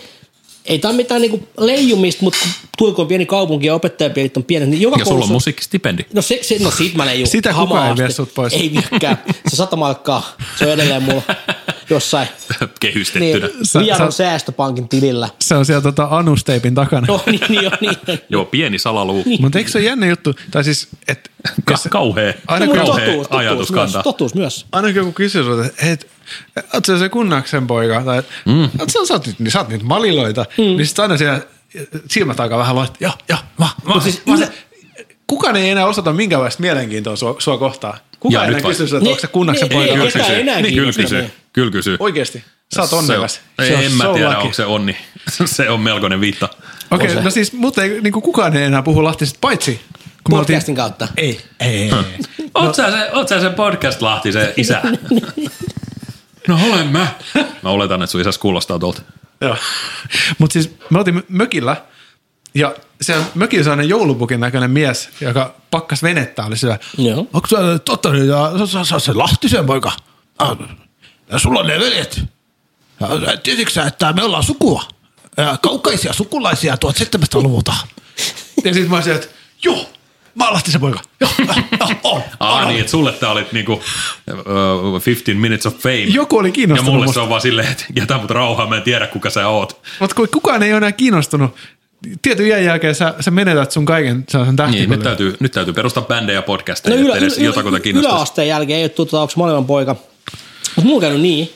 S3: ei tämä mitään niinku leijumista, mutta Tuiko on pieni kaupunki ja opettajapielit on pienet, niin joka
S1: ja sulla
S3: koulussa
S1: on musiikkistipendi.
S3: No, se, se, no siitä mä leijun.
S2: Sitä kukaan
S3: hamaan
S2: ei vie
S3: asti.
S2: sut pois.
S3: Ei viekään. Se sata markkaa, se on edelleen mulla jossain niin,
S1: kehystettynä. Niin.
S2: Sä-
S3: Viaron
S2: sä-
S3: säästöpankin tilillä.
S2: Se on siellä tota anusteipin takana.
S3: No niin, niin, niin, niin.
S1: Joo, pieni salaluu.
S2: Mutta eikö se ole jännä juttu? Tai siis, että
S1: Ka- kauhea,
S2: Aina
S1: aina
S2: kun-
S1: kauhea
S3: totuus,
S1: ajatus
S3: totuus, myös,
S1: kantaa.
S3: totuus myös.
S2: aina kun joku kysyy sulta, että et, oot sä se kunnaksen poika, tai et, mm. oot sä, sä, oot nyt, niin sä oot nyt maliloita, mm. niin sit aina siellä silmät alkaa vähän loistaa. Joo, joo, mä, mä,
S3: siis
S2: siis, mä,
S3: ylä-
S2: Kukaan ei enää osata minkäänlaista mielenkiintoa sua, sua kohtaan.
S1: Jaa,
S2: Kukaan ei enää
S1: nyt vai?
S2: kysy, että onko se kunnaksen
S3: Niin,
S2: poika.
S3: ei,
S1: Kyllä
S2: vai-
S3: ei, ketään
S1: kysyy.
S3: enää
S1: Niin, kyllä
S3: kiinnostaa,
S1: kysyy.
S3: niin.
S1: Kyllä kysyy.
S2: Oikeasti, sä oot onnekas.
S1: Se,
S2: Se on
S1: ei, en mä
S2: so
S1: tiedä,
S2: lucky.
S1: onko se onni. se on melkoinen viitta.
S2: Okei,
S3: On se.
S2: okay, no siis, mutta ei, niin kuin kukaan ei enää puhu lahtisesta, paitsi kun me oltiin...
S3: Podcastin kautta.
S2: Ei, ei, ei.
S3: No-
S1: Oot sä, se, oot sä sen podcast-lahti, se isä? no olen mä. Mä oletan, että sun isäs kuulostaa tuolta.
S2: Joo. Mutta siis me oltiin mökillä ja se mökillä sellainen joulupukin näköinen mies, joka pakkas venettä, oli sillä,
S3: Joo.
S2: onko se totta, niin, ja sä, sä, se Lahtisen poika? Ah, Ja sulla on ne veljet. Ja Tiesitkö sä, että me ollaan sukua? Ja Kaukaisia sukulaisia 1700-luvulta. Ja sit mä olisin, että joo, mä oon Lahtisen poika. Joo, joo, on,
S1: Ah,
S2: on.
S1: niin, että sulle tää olit niinku uh, 15 minutes of fame.
S2: Joku oli
S1: ja
S2: kiinnostunut
S1: mulle
S2: musta.
S1: se on vaan silleen, että jätä mut rauhaan, mä en tiedä kuka sä oot.
S2: Mutta kun kukaan ei ole enää kiinnostunut, tietyn iän jälkeen sä, sä menetät sun kaiken sellaisen
S1: Niin, nyt
S2: tähtikuljen.
S1: täytyy, nyt täytyy perustaa bändejä ja
S3: No
S1: podcasteja, no,
S3: ylä,
S1: ylä,
S2: siis
S1: edes
S3: ylä,
S1: jotakuta
S3: ylä,
S1: kiinnostaa.
S3: yläasteen jälkeen ei ole tuttu, onko maailman poika. Mutta mulla on käynyt niin.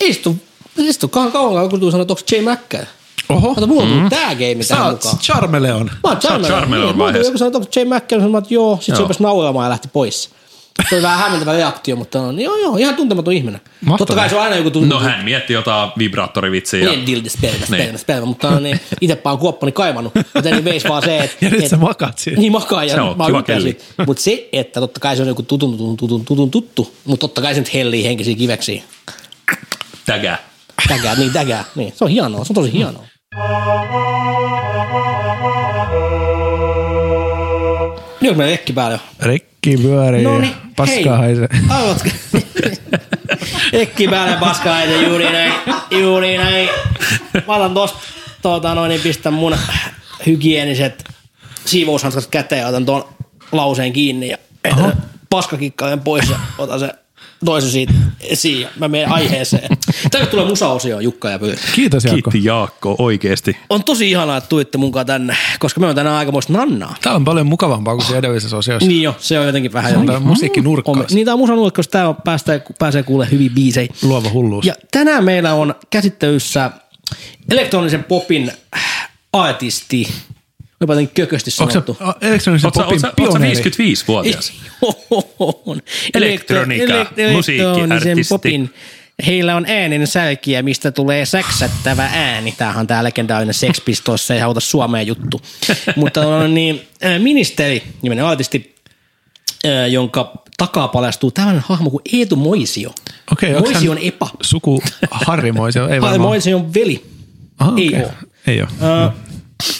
S3: Istu, istu kauan kauan, kun tuu sanoa, että onko Jay McCall.
S2: Oho,
S3: Mutta mulla mm. tää game
S2: sä
S3: tähän
S2: oot
S3: mukaan.
S2: Charmeleon.
S3: Mä oon Charmeleon.
S1: Charmeleon
S3: Niin, mulla tuli
S1: vaiheessa.
S3: Joku sanoi, että onko Jay McCall, sanoin, että joo. Sitten se
S1: Joo.
S3: rupesi nauramaan ja lähti pois. Se oli vähän hämmentävä reaktio, mutta no, niin joo, joo, ihan tuntematon ihminen.
S2: Mahtavaa.
S3: Totta kai se on aina joku
S1: No
S3: tuntematon.
S1: hän mietti jotain vibraattorivitsiä.
S3: Niin, dildi, sperma, sperma,
S1: Niin.
S3: sperma, mutta no, niin, itepä on kuoppani kaivannut, joten niin veis vaan se, että...
S2: Ja nyt
S3: et-
S2: sä makaat siinä.
S3: Niin makaa ja
S1: Se on
S3: mä
S1: kiva
S3: ylpeä
S1: kelli.
S3: siitä. Mutta se, että totta kai se on joku tutun, tutun, tutun, tutun tuttu, mutta totta kai se nyt hellii henkisiä kiveksiä.
S1: Tägää.
S3: Tägää, niin tägää. Niin. Se on hienoa, se on tosi hienoa. Nyt on meillä rekki päällä.
S2: Rekki pyörii,
S3: No niin, hei. Arvatko? Rekki päällä, paskaa haisee, juuri näin, juuri näin. Mä otan tosta, tuota noin, niin pistän mun hygieniset siivoushanskat käteen ja otan tuon lauseen kiinni ja heitän paskakikkaleen pois ja otan se toisen siitä esiin ja mä menen aiheeseen. Tänne tulee musaosio Jukka ja Pyyrä.
S2: Kiitos Jaakko.
S1: Jaakko, oikeesti.
S3: On tosi ihanaa, että tuitte mukaan tänne, koska me on tänään aikamoista nannaa.
S2: Tää on paljon mukavampaa kuin se edellisessä osiossa.
S3: Niin jo, se on jotenkin vähän
S2: Tää on
S3: jotenkin-
S2: tää musiikkinurkkaus.
S3: On- Niin tämä on musa nurkkaus, tää on, päästään, pääsee kuulemaan hyvin biisejä.
S2: Luova hulluus.
S3: Ja tänään meillä on käsittelyssä elektronisen popin äh, artisti, olipa jotenkin kökösti
S2: Onko se
S3: sanottu.
S2: a- elektronisen
S1: Oot sä, oot
S2: popin
S1: sä, oot sä
S2: pioneeri?
S1: 55-vuotias?
S3: On.
S1: Elektroniikka,
S3: Elektro-
S1: musiikkiartisti.
S3: Heillä on äänen sälkiä, mistä tulee säksättävä ääni. Tämähän on tää legendaarinen Sex Pistols, se ei auta Suomeen juttu. Mutta on niin, äh, ministeri, nimenen artisti, äh, jonka takaa paljastuu tämmöinen hahmo kuin Eetu Moisio.
S2: Okei, onks
S3: Moisio on
S2: hän-
S3: epa.
S2: Suku Harrimoisio, ei
S3: Harri
S2: varmaan.
S3: Moisio on veli.
S2: Aha,
S3: ei
S2: okei.
S3: oo.
S2: Ei oo.
S3: Ö,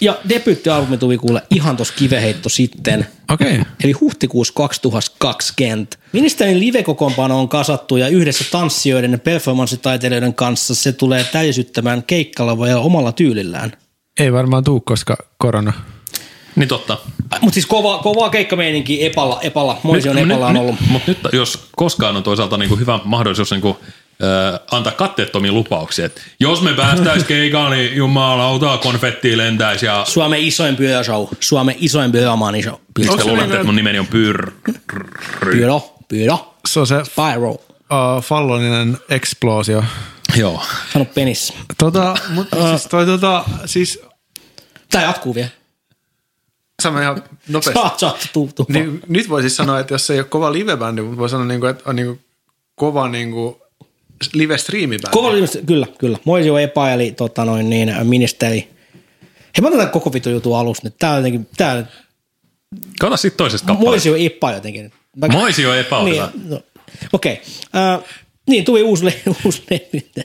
S3: ja debyyttialbumi tuli kuule ihan tuossa kiveheitto sitten.
S2: Okei.
S3: Eli huhtikuussa 2020. Ministerin live-kokoonpano on kasattu ja yhdessä tanssijoiden ja performanssitaiteilijoiden kanssa se tulee täysyttämään keikkalavoja omalla tyylillään.
S2: Ei varmaan tuu, koska korona.
S1: Niin totta.
S3: Mutta siis kova, kovaa keikkameininki epalla, epalla, Moision epalla on ollut.
S1: Mutta nyt jos koskaan on toisaalta niinku hyvä mahdollisuus niinku, äh, antaa katteettomia lupauksia. Et jos me päästäis keikaan, niin jumalauta konfetti lentäis ja
S3: Suomen isoin pyöräshow, Suomen isoin pyörämaani show.
S1: Miksi te
S2: se
S1: luulette,
S2: niinku-
S1: että mun nimeni on Pyr?
S3: Pyörä, pyörä,
S2: Se on se
S3: pyro,
S2: uh, falloninen eksploosio.
S1: Joo.
S3: sano penis.
S2: Tota, mut,
S8: Ah.
S2: siis toi tota, siis...
S3: Tää jatkuu vielä.
S2: Sä mä ihan nopeasti.
S3: Saat, saat, tuu, tuu. vaan.
S2: Niin, nyt voi siis sanoa, että jos ei ole kova livebändi, mutta voi sanoa, niin kuin, että on niin kuin kova niin kuin live-striimibändi.
S3: Kova ilmeisesti, kyllä, kyllä. Moisio Epa, eli tota noin, niin, ministeri. Hei, mä otan tämän koko vitu jutun alussa nyt. Tää on jotenkin, tää on,
S1: Kato sit toisesta kappaleesta.
S3: Moisio Epa jotenkin. Mä,
S1: Moisio
S3: niin,
S1: epäosa.
S3: no, Okei. Okay. Uh, niin, tuli uusi, le- uusi levyte.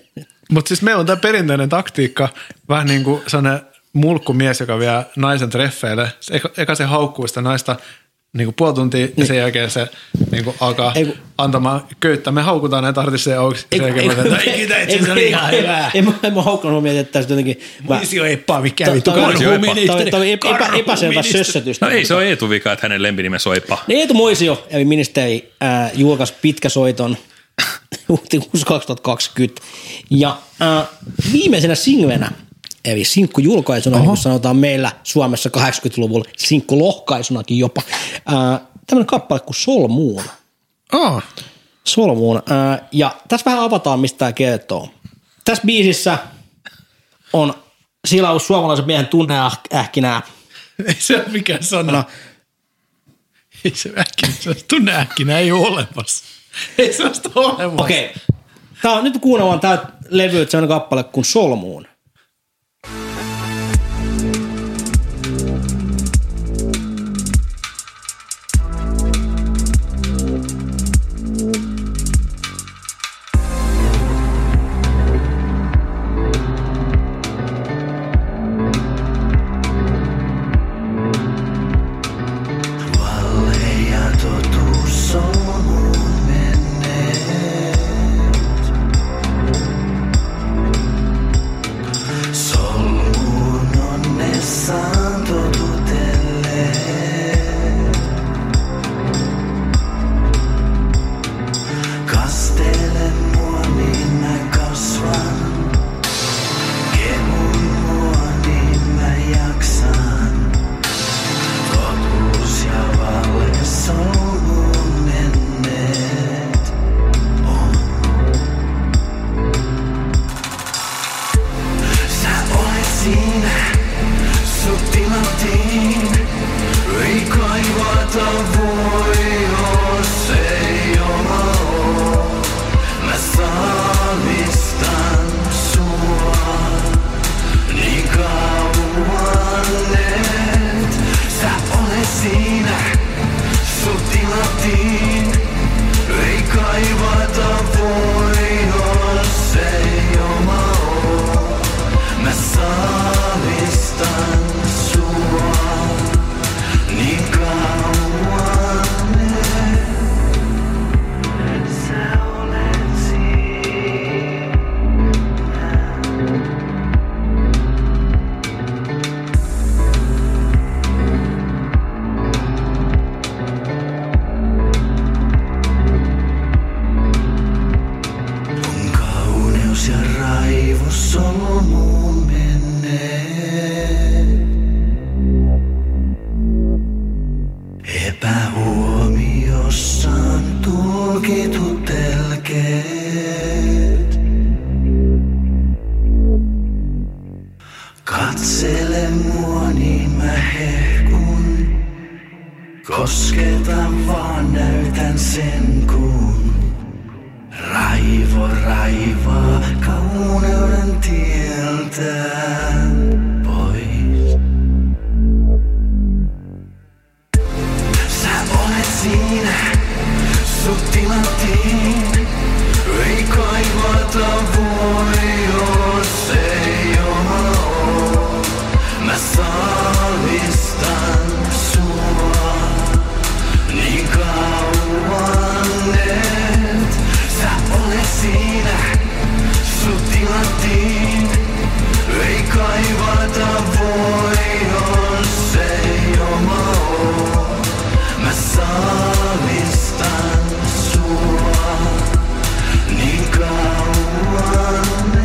S2: Mutta siis meillä on tämä perinteinen taktiikka, vähän niin kuin sellainen mulkkumies, joka vie naisen treffeille. Se Eka, eka se haukkuu sitä naista niin kuin puoli tuntia ja sen jälkeen se niin kuin alkaa
S3: Ei kun-
S2: antamaan köyttä. Me haukutaan näitä artisteja auki. Sen jälkeen me vedetään, "Ei kiitä, itse asiassa oli ihan hyvää.
S3: En mä, en mä haukkanut mietin, että tässä jotenkin...
S2: Moisio Eppaa, mikä
S3: Tää-
S2: vittu
S3: tää oli-
S1: Moisio Epa.
S3: tää oli- tää oli epä-
S2: Karhu
S3: Epäselvä
S2: ministeri.
S3: sössötys.
S1: No ei se ole Eetu vika, että hänen lempinimensä on Epa.
S3: Niin Eetu Moisio, eli ministeri, äh, julkaisi pitkäsoiton huhtikuussa 2020. Ja äh, viimeisenä singlenä, eli sinkkujulkaisuna, niin kuin sanotaan meillä Suomessa 80-luvulla, sinkkulohkaisunakin jopa, äh, tämmöinen kappale kuin Solmuun.
S2: Aa,
S3: Solmuun. Äh, ja tässä vähän avataan, mistä tämä kertoo. Tässä biisissä on silaus suomalaisen miehen tunneähkinää.
S2: Ei se ole mikään sana.
S3: No.
S2: No. Ei se äkkinä, se tunne äkkinä ei ole olemassa. Ei se ole sitä olemassa.
S3: Okei. Okay. Tää on, nyt kuunnellaan tää levy, että se on kappale kuin Solmuun.
S9: Kastele mua, niin mä kasvan. Kemun mua, niin mä jaksan. Totuus ja valhe solmuun menneet. On. Sä olet siinä, sut timattiin. Ei kaivata voi, jos ei oma oo. Mä saamistan sua niin kauan, et sä olet siinä. Sut timattiin, ei kaivata voi, jos ei oma oo. Mä saamistan sua niin kauan, et sä olet siinä. On kauneus ja raivo solmuun menneet. Epähuomiossaan tulkitut telkeet. Katsele mua niin mä hehkun. Kosketan vaan näytän sen kun. Raivo raivaa kauneuden tieltään pois. Sä olet siinä, sut tilattiin. Ei kaivata voi, jos ei oma oo. Mä saalistan sua niin kauan, et sä olet siinä. Sut tilattiin, ei kaivata voi, jos ei oma oo. Mä saalistan sua niin kauan, et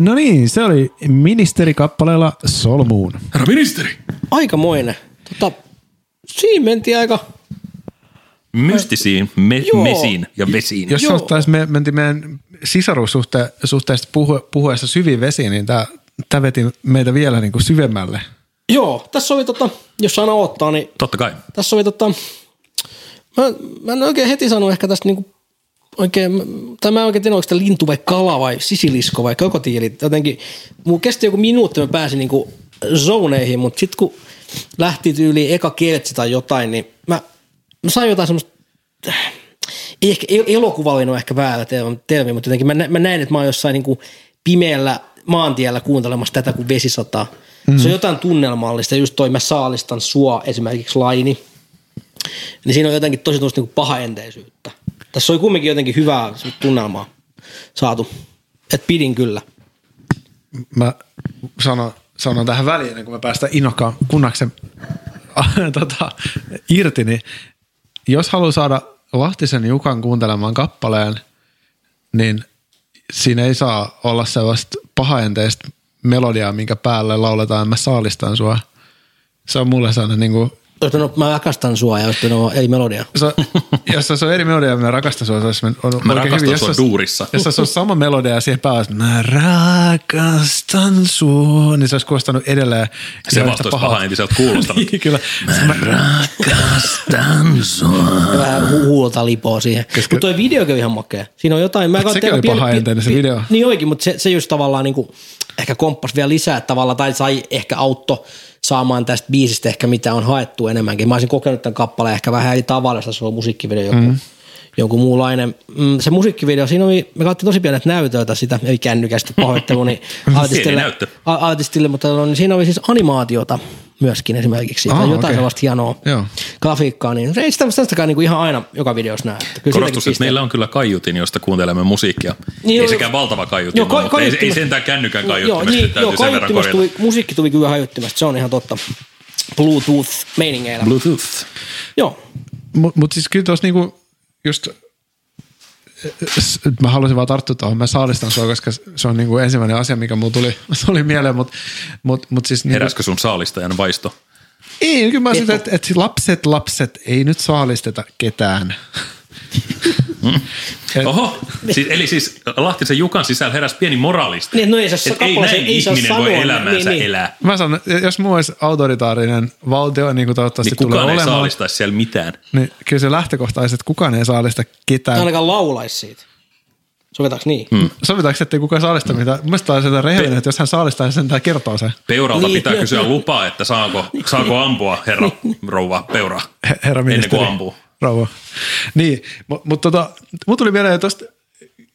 S8: No niin, se oli ministerikappaleella Solmuun.
S1: Herra ministeri!
S3: Aikamoinen. Tota, siinä mentiin aika...
S1: Mystisiin, me,
S3: Joo.
S1: mesiin ja vesiin.
S2: Jos
S3: Joo.
S2: oltaisiin me, mentiin meidän sisarussuhteesta puhu, puhuessa syvin vesi, niin tämä, tämä veti meitä vielä niin kuin syvemmälle.
S3: Joo, tässä oli tota, jos aina odottaa, niin
S1: Totta kai.
S3: tässä oli tota, mä, mä en oikein heti sano ehkä tästä niinku oikein, tai mä en oikein tiedä, onko tämä lintu vai kala vai sisilisko vai krokotiili. Jotenkin, mulla kesti joku minuutti, mä pääsin niinku zoneihin, mutta sitten kun lähti tyyliin eka kertsi tai jotain, niin mä, mä sain jotain semmoista, ei ehkä el- elokuvallinen on ehkä väärä termi- termi, mutta jotenkin mä, nä- mä näin, että mä oon jossain niinku pimeällä maantiellä kuuntelemassa tätä kuin vesisataa. Mm. Se on jotain tunnelmallista, just toi mä saalistan sua esimerkiksi laini niin siinä on jotenkin tosi tuosta niin pahaenteisyyttä. Tässä oli kumminkin jotenkin hyvää semmoista tunnelmaa saatu. Et pidin kyllä.
S2: Mä sanon, sanon tähän väliin, ennen kuin me päästään innokkaan kunnaksen tota, irti, niin jos haluaa saada Lahtisen Jukan kuuntelemaan kappaleen, niin siinä ei saa olla sellaista pahaenteistä melodiaa, minkä päälle lauletaan, mä saalistan sua. Se on mulle sellainen niin kuin
S3: Olisi pitänyt, no, mä rakastan sua ja olisi pitänyt, eli melodia.
S2: se, on- jos se on eri melodia, minä rakastan sua. Se olisi men- on oikein
S1: rakastan
S2: hyvin. Jos
S1: sua
S2: se olisi-
S1: duurissa.
S2: Jos se on sama melodia ja siihen päälle, olisi, mä rakastan sua, niin se olisi kuulostanut edelleen.
S1: Se
S2: ihan
S1: vasta
S2: yhtä
S1: olisi paha entiseltä kuulostanut.
S2: Niin, Kyllä. Mä
S1: Rakastan sua.
S3: Ja vähän hu- huulta lipoo siihen. Koska... Mutta toi video on ihan makea. Siinä on jotain. Mä katsoin-
S2: sekin oli
S3: pieni-
S2: pahaenteinen se
S3: pi-
S2: video.
S3: Niin oikein, mutta se, se just tavallaan niinku, ehkä komppas vielä lisää tavallaan, tai sai ehkä autto saamaan tästä biisistä ehkä mitä on haettu enemmänkin. Mä olisin kokenut tämän kappaleen ehkä vähän eri tavalla, jos se on musiikkivideo joku, mm. joku muunlainen. Mm, se musiikkivideo, siinä oli, me katsottiin tosi pienet näytöltä sitä, ei kännykästä pahoittelu, niin artistille,
S1: näyttö.
S3: a- artistille, mutta no, niin siinä oli siis animaatiota myöskin esimerkiksi,
S2: Aa,
S3: tai jotain
S2: Ah, okei.
S3: okay. sellaista hienoa
S2: Joo.
S3: grafiikkaa, niin se ei sitä tästäkään niinku ihan aina joka videossa näe. Että kyllä
S1: Korostus,
S3: siitäkin
S1: että meillä on kyllä kaiutin, josta kuuntelemme musiikkia.
S3: Niin,
S1: Niin, ei
S3: joo,
S1: sekään
S3: joo.
S1: valtava kaiutin, joo,
S3: ka-
S1: mutta ei, ei
S3: kaiuttimesta-
S1: sentään kännykän
S3: joo,
S1: kaiuttimesta,
S3: niin,
S1: täytyy
S3: joo,
S1: sen verran
S3: kaiuttimesta
S1: korjata.
S3: tuli, musiikki tuli kyllä kaiuttimesta, se on ihan totta. Bluetooth-meiningeillä.
S1: Bluetooth.
S3: joo,
S2: Mutta mut siis kyllä tuossa niinku just eh, s- mä halusin vaan tarttua tuohon, mä saalistan sua, koska se on niinku ensimmäinen asia, mikä mulla tuli, tuli mieleen, mutta mut, mut siis niinku,
S1: Heräskö sun saalistajan vaisto?
S2: ei, kyllä mä sitä, että et lapset, lapset, ei nyt saalisteta ketään.
S1: Oho, siis, eli siis Lahtisen Jukan sisällä heräsi pieni moralisti.
S3: Niin, no ei saa-
S1: Et ei
S3: kappale-
S1: näin
S3: ei saa
S1: ihminen voi
S3: sanoa,
S1: elämäänsä
S3: niin,
S1: niin,
S3: niin.
S1: elää.
S2: Mä sanon, jos muu olisi autoritaarinen valtio, niin kuin toivottavasti
S1: Niin
S2: tulee
S1: kukaan ei
S2: olemaan,
S1: saalistaisi siellä mitään.
S2: niin kyllä se lähtökohta olisi, että kukaan ei saalista ketään.
S3: tai ainakaan laulaisi siitä. Sovitaanko niin?
S1: Hmm.
S3: Mm.
S2: Sovitaanko, ettei kukaan saalista mitään? Mielestäni olisi jotain rehellinen, että jos hän saalistaa, niin sen tämä kertoo sen.
S1: Peuralta
S3: Niin.
S1: pitää kysyä lupaa, että saako, saako ampua, herra, rouva, peura,
S2: He- herra
S1: ennen
S2: ministeri.
S1: kuin ampuu.
S2: Rouva. Niin, mutta mut tota, mut tuli vielä tuosta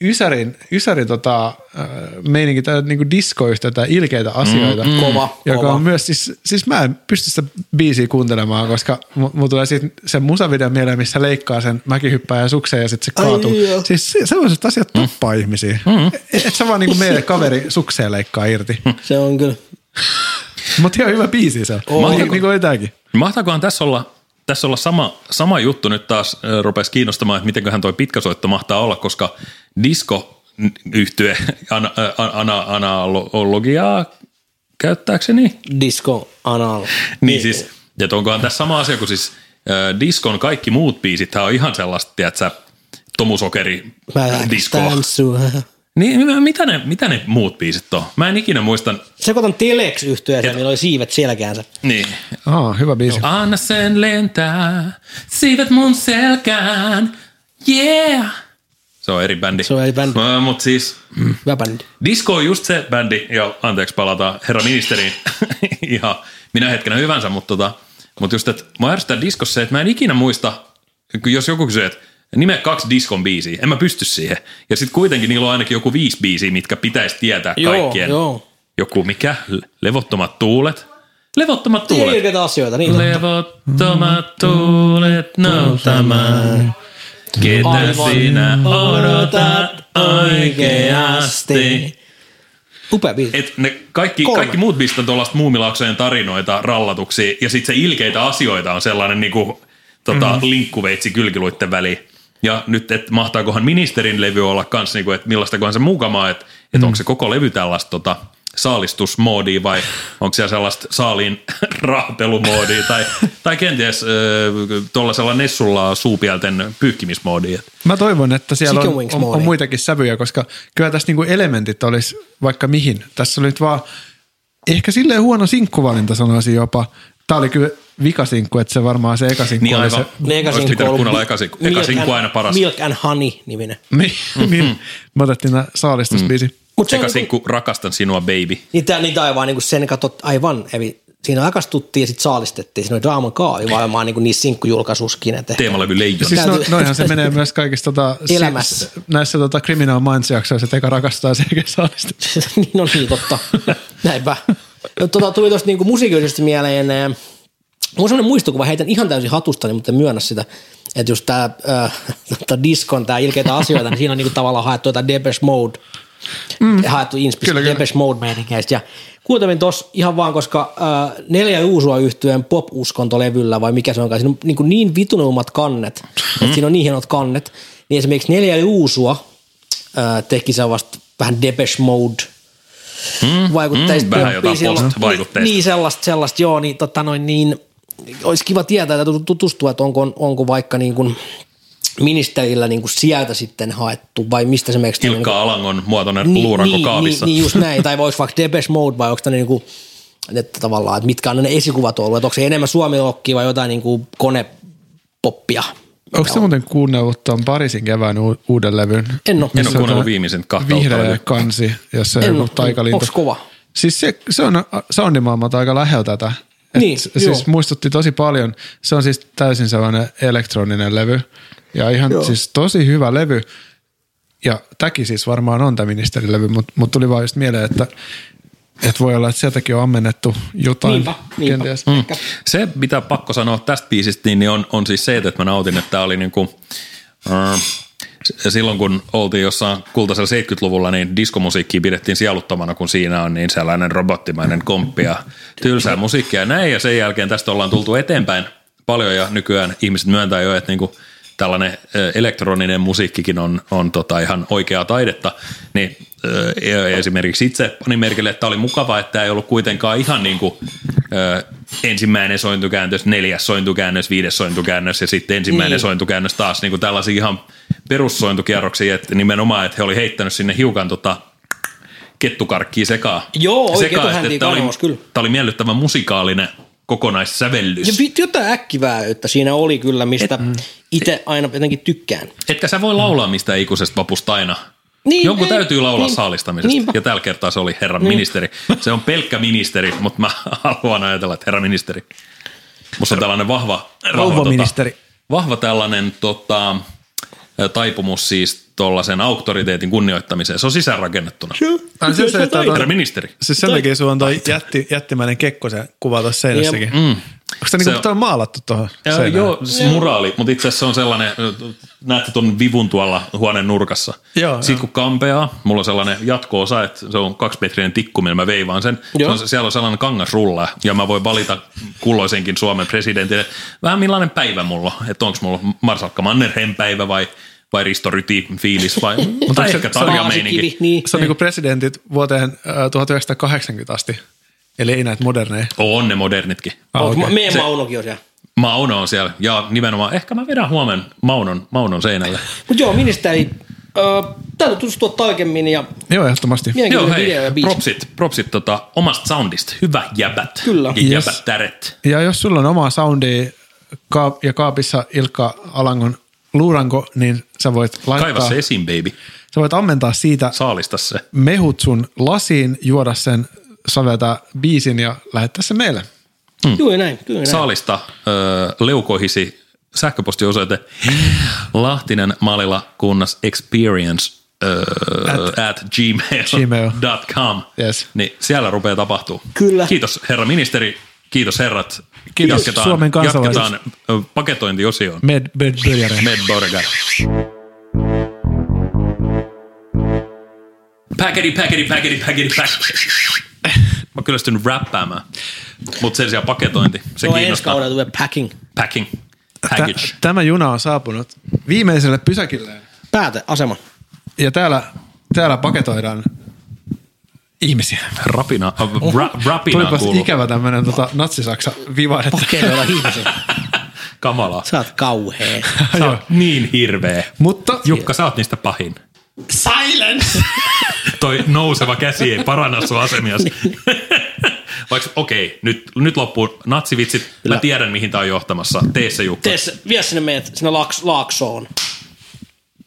S2: Ysärin, Ysärin tota, äh, meininki, tämä niinku diskoyhtiö, tämä ilkeitä asioita. Mm,
S3: Kova,
S2: joka
S3: kova.
S2: on myös, siis, siis mä en pysty sitä biisiä kuuntelemaan, koska mu- mulla tulee siitä sen musavideon mieleen, missä leikkaa sen mäkihyppäjän sukseen ja sitten se
S3: Ai
S2: kaatuu.
S3: joo.
S2: siis se- sellaiset asiat tappaa ihmisiä. Mm. Et, et sä vaan niinku meille kaveri sukseen leikkaa irti.
S3: Se on kyllä.
S2: Mutta ihan hyvä biisi se on. Oh. Niin, niin kuin jotakin.
S1: Mahtaakohan tässä olla, tässä olla sama, sama juttu nyt taas ö, rupesi kiinnostamaan, että mitenköhän toi pitkäsoitto mahtaa olla, koska disco yhtye ana, ö, ana, analogiaa käyttääkseni,
S3: Disco anal.
S1: niin siis, että onkohan tässä sama asia kuin siis ö, diskon kaikki muut biisit, tää on ihan sellaista, tiedätkö, Tomu Sokeri
S3: Mä
S1: diskoa.
S3: rakastan sua.
S1: Niin, mi- mitä ne, mitä ne muut biisit on? Mä en ikinä muista.
S3: Sekoitan telex yhtyeeseen, millä oli siivet selkäänsä.
S1: Niin.
S2: Aa, hyvä biisi.
S1: Anna sen lentää, siivet mun selkään, yeah. Se on eri bändi.
S3: Se on eri bändi.
S1: Äh, mut siis,
S3: Hyvä bändi.
S1: disco on just se bändi, ja anteeksi palataan herra ministeriin ihan minä hetkenä hyvänsä, mutta tota, mut just, että mä ärsytän diskossa se, että mä en ikinä muista, kun jos joku kysyy, että nime kaksi diskon biisiä, en mä pysty siihen. Ja sitten kuitenkin niillä on ainakin joku viisi biisiä, mitkä pitäisi tietää
S3: Joo,
S1: kaikkien.
S3: joo.
S1: Joku mikä? Le- Levottomat tuulet? Levottomat tuulet.
S3: Ilkeitä asioita, niin.
S1: Levottomat tuulet noutamaan. Ketä
S3: Aivan.
S1: sinä
S3: Odotat
S1: odotat
S3: oikeasti.
S1: oikeasti?
S3: Upea biisi.
S1: Et ne kaikki,
S3: Kolme.
S1: kaikki muut biisit on tuollaista muumilaaksojen tarinoita, rallatuksia, ja sitten se ilkeitä asioita on sellainen niinku, tota,
S3: Mm-hmm.
S1: mm. linkkuveitsi kylkiluitten väliin. Ja nyt, että
S3: Mm.
S1: mahtaakohan ministerin levy olla kans, niinku, että millaistakohan se mukamaa, että et onko se koko levy tällaista tota, saalistusmoodiin vai onko siellä sellaista saaliin raapelumoodia tai, tai kenties äh, tuollaisella nessulla suupielten pyyhkimismoodiin. Et
S2: Mä toivon, että siellä
S3: Chicken
S2: on,
S3: wings
S2: on, on
S3: morning.
S2: muitakin sävyjä, koska kyllä tässä niinku elementit olisi vaikka mihin. Tässä oli nyt vaan ehkä silleen huono sinkkuvalinta sanoisin jopa. Tämä oli kyllä vikasinkku, että se varmaan se eka sinkku
S1: Niin
S2: oli
S1: aivan.
S2: se.
S1: Olisi pitänyt kuunnella eka sinkku. Eka
S3: Milk
S1: sinkku
S3: and-
S1: aina paras.
S3: Milk and Honey niminen.
S2: Niin, niin. Me otettiin nämä
S1: Mm.
S2: saalistusbiisi.
S3: Mut se
S1: Eka
S3: on niinku-
S1: sinkku, rakastan sinua baby.
S3: Niitä, niitä aivan niin kuin sen katot aivan, eli siinä rakastuttiin ja sitten saalistettiin. Siinä oli draaman kaari varmaan niin kuin niissä sinkkujulkaisuskin. Että
S1: Teemalevy leijona.
S2: Siis no,
S3: Täytyy-
S2: noihan se menee myös kaikissa tota, si-
S3: Elämässä.
S2: näissä tota, Criminal Minds jaksoissa, että eka rakastaa se eikä saalistaa.
S3: niin on niin totta. Näinpä. No, Tota, tuli tuosta niinku musiikillisesta mieleen, eh, ää, mulla on sellainen muistokuva, heitän ihan täysin hatustani, mutta en myönnä sitä, että just tämä äh, diskon, tämä ilkeitä asioita, niin siinä on niinku tavallaan haettu jotain Depeche Mode, mm. haettu
S2: Kyllä,
S3: inspiraatio
S2: kyllä.
S3: Depeche Mode-meiningeistä. Ja kuuntelin tuossa ihan vaan, koska äh, neljä uusua yhtyeen pop-uskontolevyllä, vai mikä se onkaan, siinä on niin, kuin niin vitunummat kannet, mm. että siinä on niin hienot kannet, niin esimerkiksi neljä uusua äh, teki sellaista vähän Depeche Mode vaikutteista.
S1: Mm, vähän
S3: Joo,
S1: jotain
S3: biisillä-
S1: post-vaikutteista.
S3: Niin, sellaista, sellaista, joo, niin, tota noin, niin olisi kiva tietää ja tut- tutustua, että onko, onko vaikka niin kuin ministerillä niin kuin sieltä sitten haettu vai mistä se meikö
S1: Ilkka Alangon muotoinen luuranko
S3: niin,
S1: kaavissa.
S3: Niin, niin, just näin, tai voiko vaikka Depeche Mode vai onko tämä niin kuin, että tavallaan, että mitkä on ne esikuvat ollut, että onko se enemmän suomilokkia vai jotain niin kuin konepoppia.
S2: Onko se muuten kuunnellut tuon Parisin kevään u- uuden levyn?
S3: En oo.
S2: Missä
S3: En oo
S2: on
S1: kuunnellut
S2: tämä
S1: viimeisen kahta uutta
S2: Vihreä
S1: levyä.
S2: kansi, jossa
S3: En
S2: on
S3: oo.
S2: joku taikalintu.
S3: Onks kova?
S2: Siis se, se on soundimaailmalta aika lähellä tätä. Et
S3: Niin,
S2: s-
S3: joo.
S2: siis muistutti tosi paljon. Se on siis täysin sellainen elektroninen levy. Ja ihan joo. siis tosi hyvä levy. Ja tämäkin siis varmaan on tämä ministerilevy, mutta mut tuli vaan just mieleen, että et voi olla, että sieltäkin on ammennettu jotain.
S3: Niinpä, niinpä.
S2: kenties.
S1: Mm. Se, mitä pakko sanoa tästä biisistä, niin on, on siis se, että mä nautin, että tämä oli niinku, äh, s- silloin kun oltiin jossain kultaisella 70-luvulla, niin diskomusiikkia pidettiin sieluttomana, kun siinä on niin sellainen robottimainen komppi ja tylsää musiikkia ja näin. Ja sen jälkeen tästä ollaan tultu eteenpäin paljon ja nykyään ihmiset myöntää jo, että niinku tällainen äh, elektroninen musiikkikin on, on tota ihan oikeaa taidetta, niin äh, esimerkiksi itse panin merkille, että oli mukava, että ei ollut kuitenkaan ihan niin kuin ö, ensimmäinen sointukäännös, neljäs sointukäännös, viides sointukäännös ja sitten ensimmäinen
S3: Niin.
S1: niin. sointukäännös taas niin kuin tällaisia ihan perussointukierroksia, että nimenomaan, että he oli heittänyt sinne hiukan tota kettukarkkia sekaan.
S3: Joo, oikein
S1: Sekaan,
S3: tuohon häntiin
S1: tää oli,
S3: kanavas, kyllä.
S1: Tämä oli miellyttävä musikaalinen kokonaissävellys.
S3: Ja vi- jotain äkkivääyttä siinä oli kyllä, mistä itse aina jotenkin tykkään.
S1: Etkä sä voi laulaa mistään ikuisesta vapusta aina.
S3: Niin,
S1: Niin, Jonkun
S3: ei,
S1: ei, täytyy laulaa
S3: niin,
S1: niin, saalistamisesta.
S3: niinpä.
S1: Ja tällä kertaa se oli herra niin. ministeri. Se on pelkkä ministeri, mutta mä haluan ajatella, että herra ministeri. Musta on tällainen vahva...
S8: Rouva
S1: tota,
S8: ministeri.
S1: vahva tällainen tota, taipumus siis tuollaisen auktoriteetin kunnioittamiseen. Se on sisäänrakennettuna.
S2: Ai se, se, että on-
S1: Herra ministeri.
S8: Siis sen takia sulla on toi jätti, jättimäinen kekko se kuva tuossa seinässäkin. Mm. Onko tämä
S1: Se
S8: niinku,
S1: on-
S8: tää on maalattu tuohon
S1: Ja,
S8: seinään?
S1: joo, siis muraali, mutta itse asiassa se on sellainen, näette tuon vivun tuolla huoneen nurkassa.
S8: Joo,
S1: Sitten
S8: joo.
S1: kun kampeaa, mulla on sellainen jatko-osa, että se on kaksimetrinen tikku, millä mä veivaan sen. Se on, siellä on sellainen kangasrulla ja mä voin valita kulloisenkin Suomen presidentille vähän millainen päivä mulla on. Että onko mulla Marsalkka Mannerheim päivä vai, vai Risto Ryti fiilis vai, tai
S2: se-
S1: ehkä
S2: se on-
S1: tarja meininki.
S3: niin.
S2: Se on niinku presidentit vuoteen äh, 1980 asti. Eli ei näitä moderneja.
S1: On ne modernitkin.
S3: Ah, okay.
S2: okei.
S3: Meidän Maunokin on siellä.
S1: Mauno on siellä ja nimenomaan, ehkä mä vedän huomenna Maunon, Maunon seinälle.
S3: Mutta joo, ministeri, ö, täytyy tutustua tarkemmin ja
S2: Joo, ehdottomasti.
S1: Joo,
S3: mielenkiintoinen
S1: hei,
S3: video ja biisi.
S1: propsit, propsit tota, omasta soundista. Hyvä jäbät.
S3: Kyllä.
S1: Ja
S2: Yes.
S1: yes. jäbät täret.
S2: Ja jos sulla on omaa soundia kaap- ja kaapissa Ilkka Alangon luuranko, niin sä voit
S1: Kaiva
S2: laittaa,
S1: se esiin, baby.
S2: sä voit ammentaa siitä
S1: Saalista se.
S2: mehut sun lasiin, juoda sen, säveltää biisin ja lähettää se meille.
S1: Hmm.
S3: Juuri näin, kyllä näin.
S1: Saalista ö, leukoihisi sähköpostiosoite lahtinen malilla kunnas experience at, at gmail.com.
S2: Yes.
S1: Niin siellä rupeaa tapahtuu.
S3: Kyllä.
S1: Kiitos herra ministeri, kiitos herrat.
S2: Kiitos
S1: jatketaan,
S2: Suomen kansalaiset.
S1: Jatketaan ö, paketointiosioon.
S2: Med, med, börjare.
S1: Medburger. Päkeri, päkeri, päkeri, päkeri, päkeri. Mä oon kyllästynyt räppäämään, mutta sen sijaan paketointi, se
S3: Joo, ensi
S1: kiinnostaa.
S3: kaudella tulee packing.
S1: Packing,
S2: Tä,
S1: package.
S2: tämä juna on saapunut viimeiselle pysäkilleen.
S3: Pääte, asema.
S2: Ja täällä, täällä paketoidaan
S8: ihmisiä.
S1: Rapina, äh, ra, rapina
S2: Tulipas
S1: kuuluu.
S2: ikävä tämmöinen tota, natsisaksa vivahde.
S3: Kerro olla ihmisen.
S1: Kamala.
S3: Sä oot kauhea.
S1: Sä oot niin hirveä.
S2: Mutta
S1: Jukka, sä oot niistä pahin. Silence! Toi nouseva käsi ei paranna sun asemiasi. Vaikka, okei, okay, nyt, nyt loppuu natsivitsit. Mä tiedän, mihin tää on johtamassa. Tee se, Jukka.
S3: Tee se, vie sinne meidät sinne laaks, laaksoon.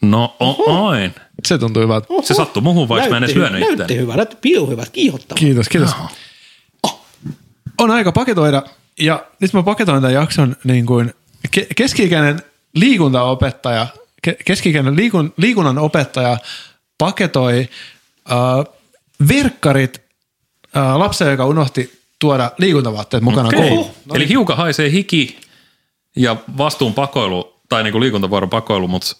S1: No, o- oin.
S2: se tuntuu hyvältä.
S1: Se sattui muhun, vaikka mä en edes
S3: Näytti-
S1: lyönyt
S3: Näytti
S1: itseäni.
S3: hyvä, näytti piu hyvä, kiihottava.
S2: Kiitos, kiitos. On aika paketoida. Ja nyt mä paketoin tämän jakson niin kuin ke- keski-ikäinen liikuntaopettaja, ke- keski-ikäinen liikun, liikunnan opettaja paketoi äh, verkkarit äh, lapselle, joka unohti tuoda liikuntavaatteet mukana.
S1: Okei.
S2: kouluun.
S1: Eli hiukan haisee hiki ja vastuun pakoilu, tai niinku liikuntavuoron pakoilu, mutta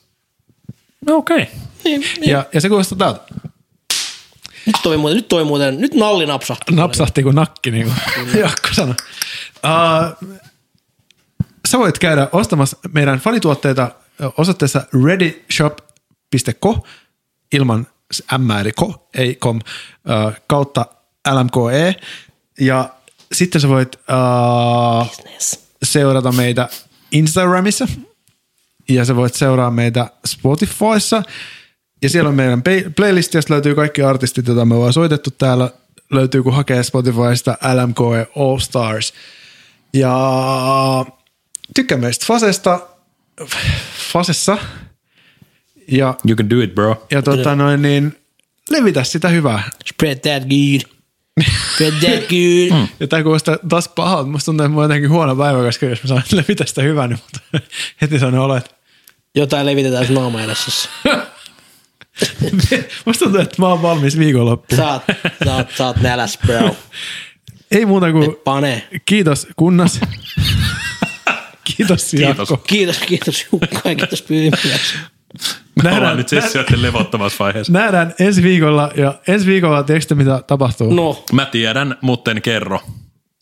S1: no okei. Okay.
S2: Ja, ja se kuulostaa täältä.
S3: Niin, Nyt toi muuten, nyt toi muuten, nyt nalli napsahti.
S2: Napsahti kuin nakki, niin kuin Jaakko sanoi. Uh, sä voit käydä ostamassa meidän fanituotteita eh, osoitteessa readyshop.co ilman s- m eli ko, ei kom, uh, kautta lmke. E. Ja sitten sä voit uh, seurata meitä Instagramissa ja sä voit seuraa meitä Spotifyssa. Ja siellä on meidän pe- playlist, josta löytyy kaikki artistit, joita me ollaan soitettu täällä. Löytyy, kun hakee Spotifysta LMK E All Stars. Ja tykkää meistä Fasesta. Fasessa. Ja,
S1: You can do it, bro.
S2: ja tota noin, niin levitä sitä hyvää.
S3: Spread that good. Spread that good. Mm.
S1: Hmm.
S2: Ja tämä kuulostaa taas pahalta. Musta tuntuu, että mulla on jotenkin huono päivä, koska jos mä sanon, että levitä sitä hyvää, niin mut heti sanon olet.
S3: Jotain levitetään sun naama edessä.
S2: Musta tuntuu, että mä oon valmis viikonloppuun.
S3: Sä oot, sä oot, sä oot näläs, bro.
S1: Hmm.
S2: Ei muuta kuin...
S3: Nyt pane.
S2: Kiitos kunnas. Kiitos
S1: Kiitos.
S2: Jaakko.
S3: Kiitos, kiitos Jukka ja kiitos pyhimies.
S1: Me ollaan
S2: Nähdään-
S1: nyt sessioiden levottomassa vaiheessa.
S2: Nähdään ensi viikolla ja ensi viikolla tiedätkö te, mitä tapahtuu?
S3: No,
S1: Mä tiedän, mutta en kerro.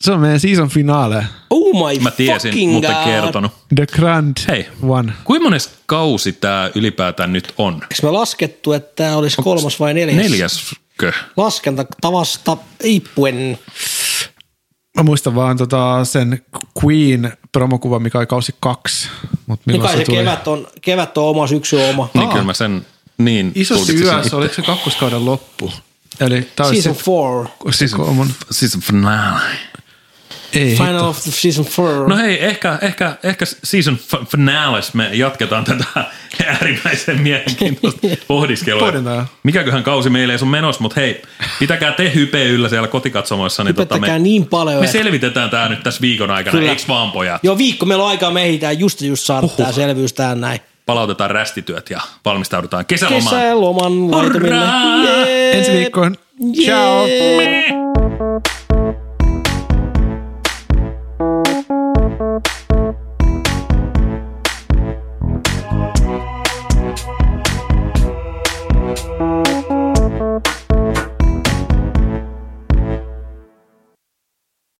S2: Se on meidän season finaale.
S3: oh my
S1: Mä tiesin,
S3: fucking
S1: mutta en
S3: god.
S1: kertonut.
S2: The Grand
S1: Hei.
S2: One.
S1: Kuinka mones kausi tämä ylipäätään nyt on?
S3: Eikö me laskettu, että tämä olisi kolmas vai neljäs?
S1: Neljäskö?
S3: Laskentatavasta riippuen.
S2: Mä muistan vaan tota sen Queen promokuva, mikä oli kausi kaksi. Mut
S3: Niin
S2: milloin
S3: kai se
S2: se tuli?
S3: kevät on, kevät on oma, syksy on oma.
S1: Niin kyllä mä sen niin
S2: Isosti
S1: tulkitsin
S2: yössä,
S1: itse.
S2: oliko se kakkoskauden loppu? Eli
S1: No,
S2: tää olisi
S3: Season
S2: se,
S3: 4.
S2: se kolmon.
S1: Season finale.
S2: Ei,
S3: Final of the season 4.
S1: No hei, ehkä, ehkä, ehkä season f- finales me jatketaan tätä äärimmäisen mielenkiintoista pohdiskelua.
S2: Pohditaan.
S1: Mikäköhän kausi meille ei sun menos, mutta hei, pitäkää te hype yllä siellä kotikatsomoissa. Niin tota
S3: Hypettäkää
S1: me,
S3: niin paljon.
S1: me
S3: että-
S1: selvitetään tämä nyt tässä viikon aikana,
S3: Kyllä.
S1: eiks vaan pojat?
S3: Joo, viikko meillä on aikaa mehitään, just ja just saada tämä selvyys tähän näin.
S1: Palautetaan rästityöt ja valmistaudutaan kesälomaan.
S3: Kesäloman laitamille.
S1: Hurraa!
S3: Jee!
S2: ensi viikkoon. Ciao.
S3: Jee!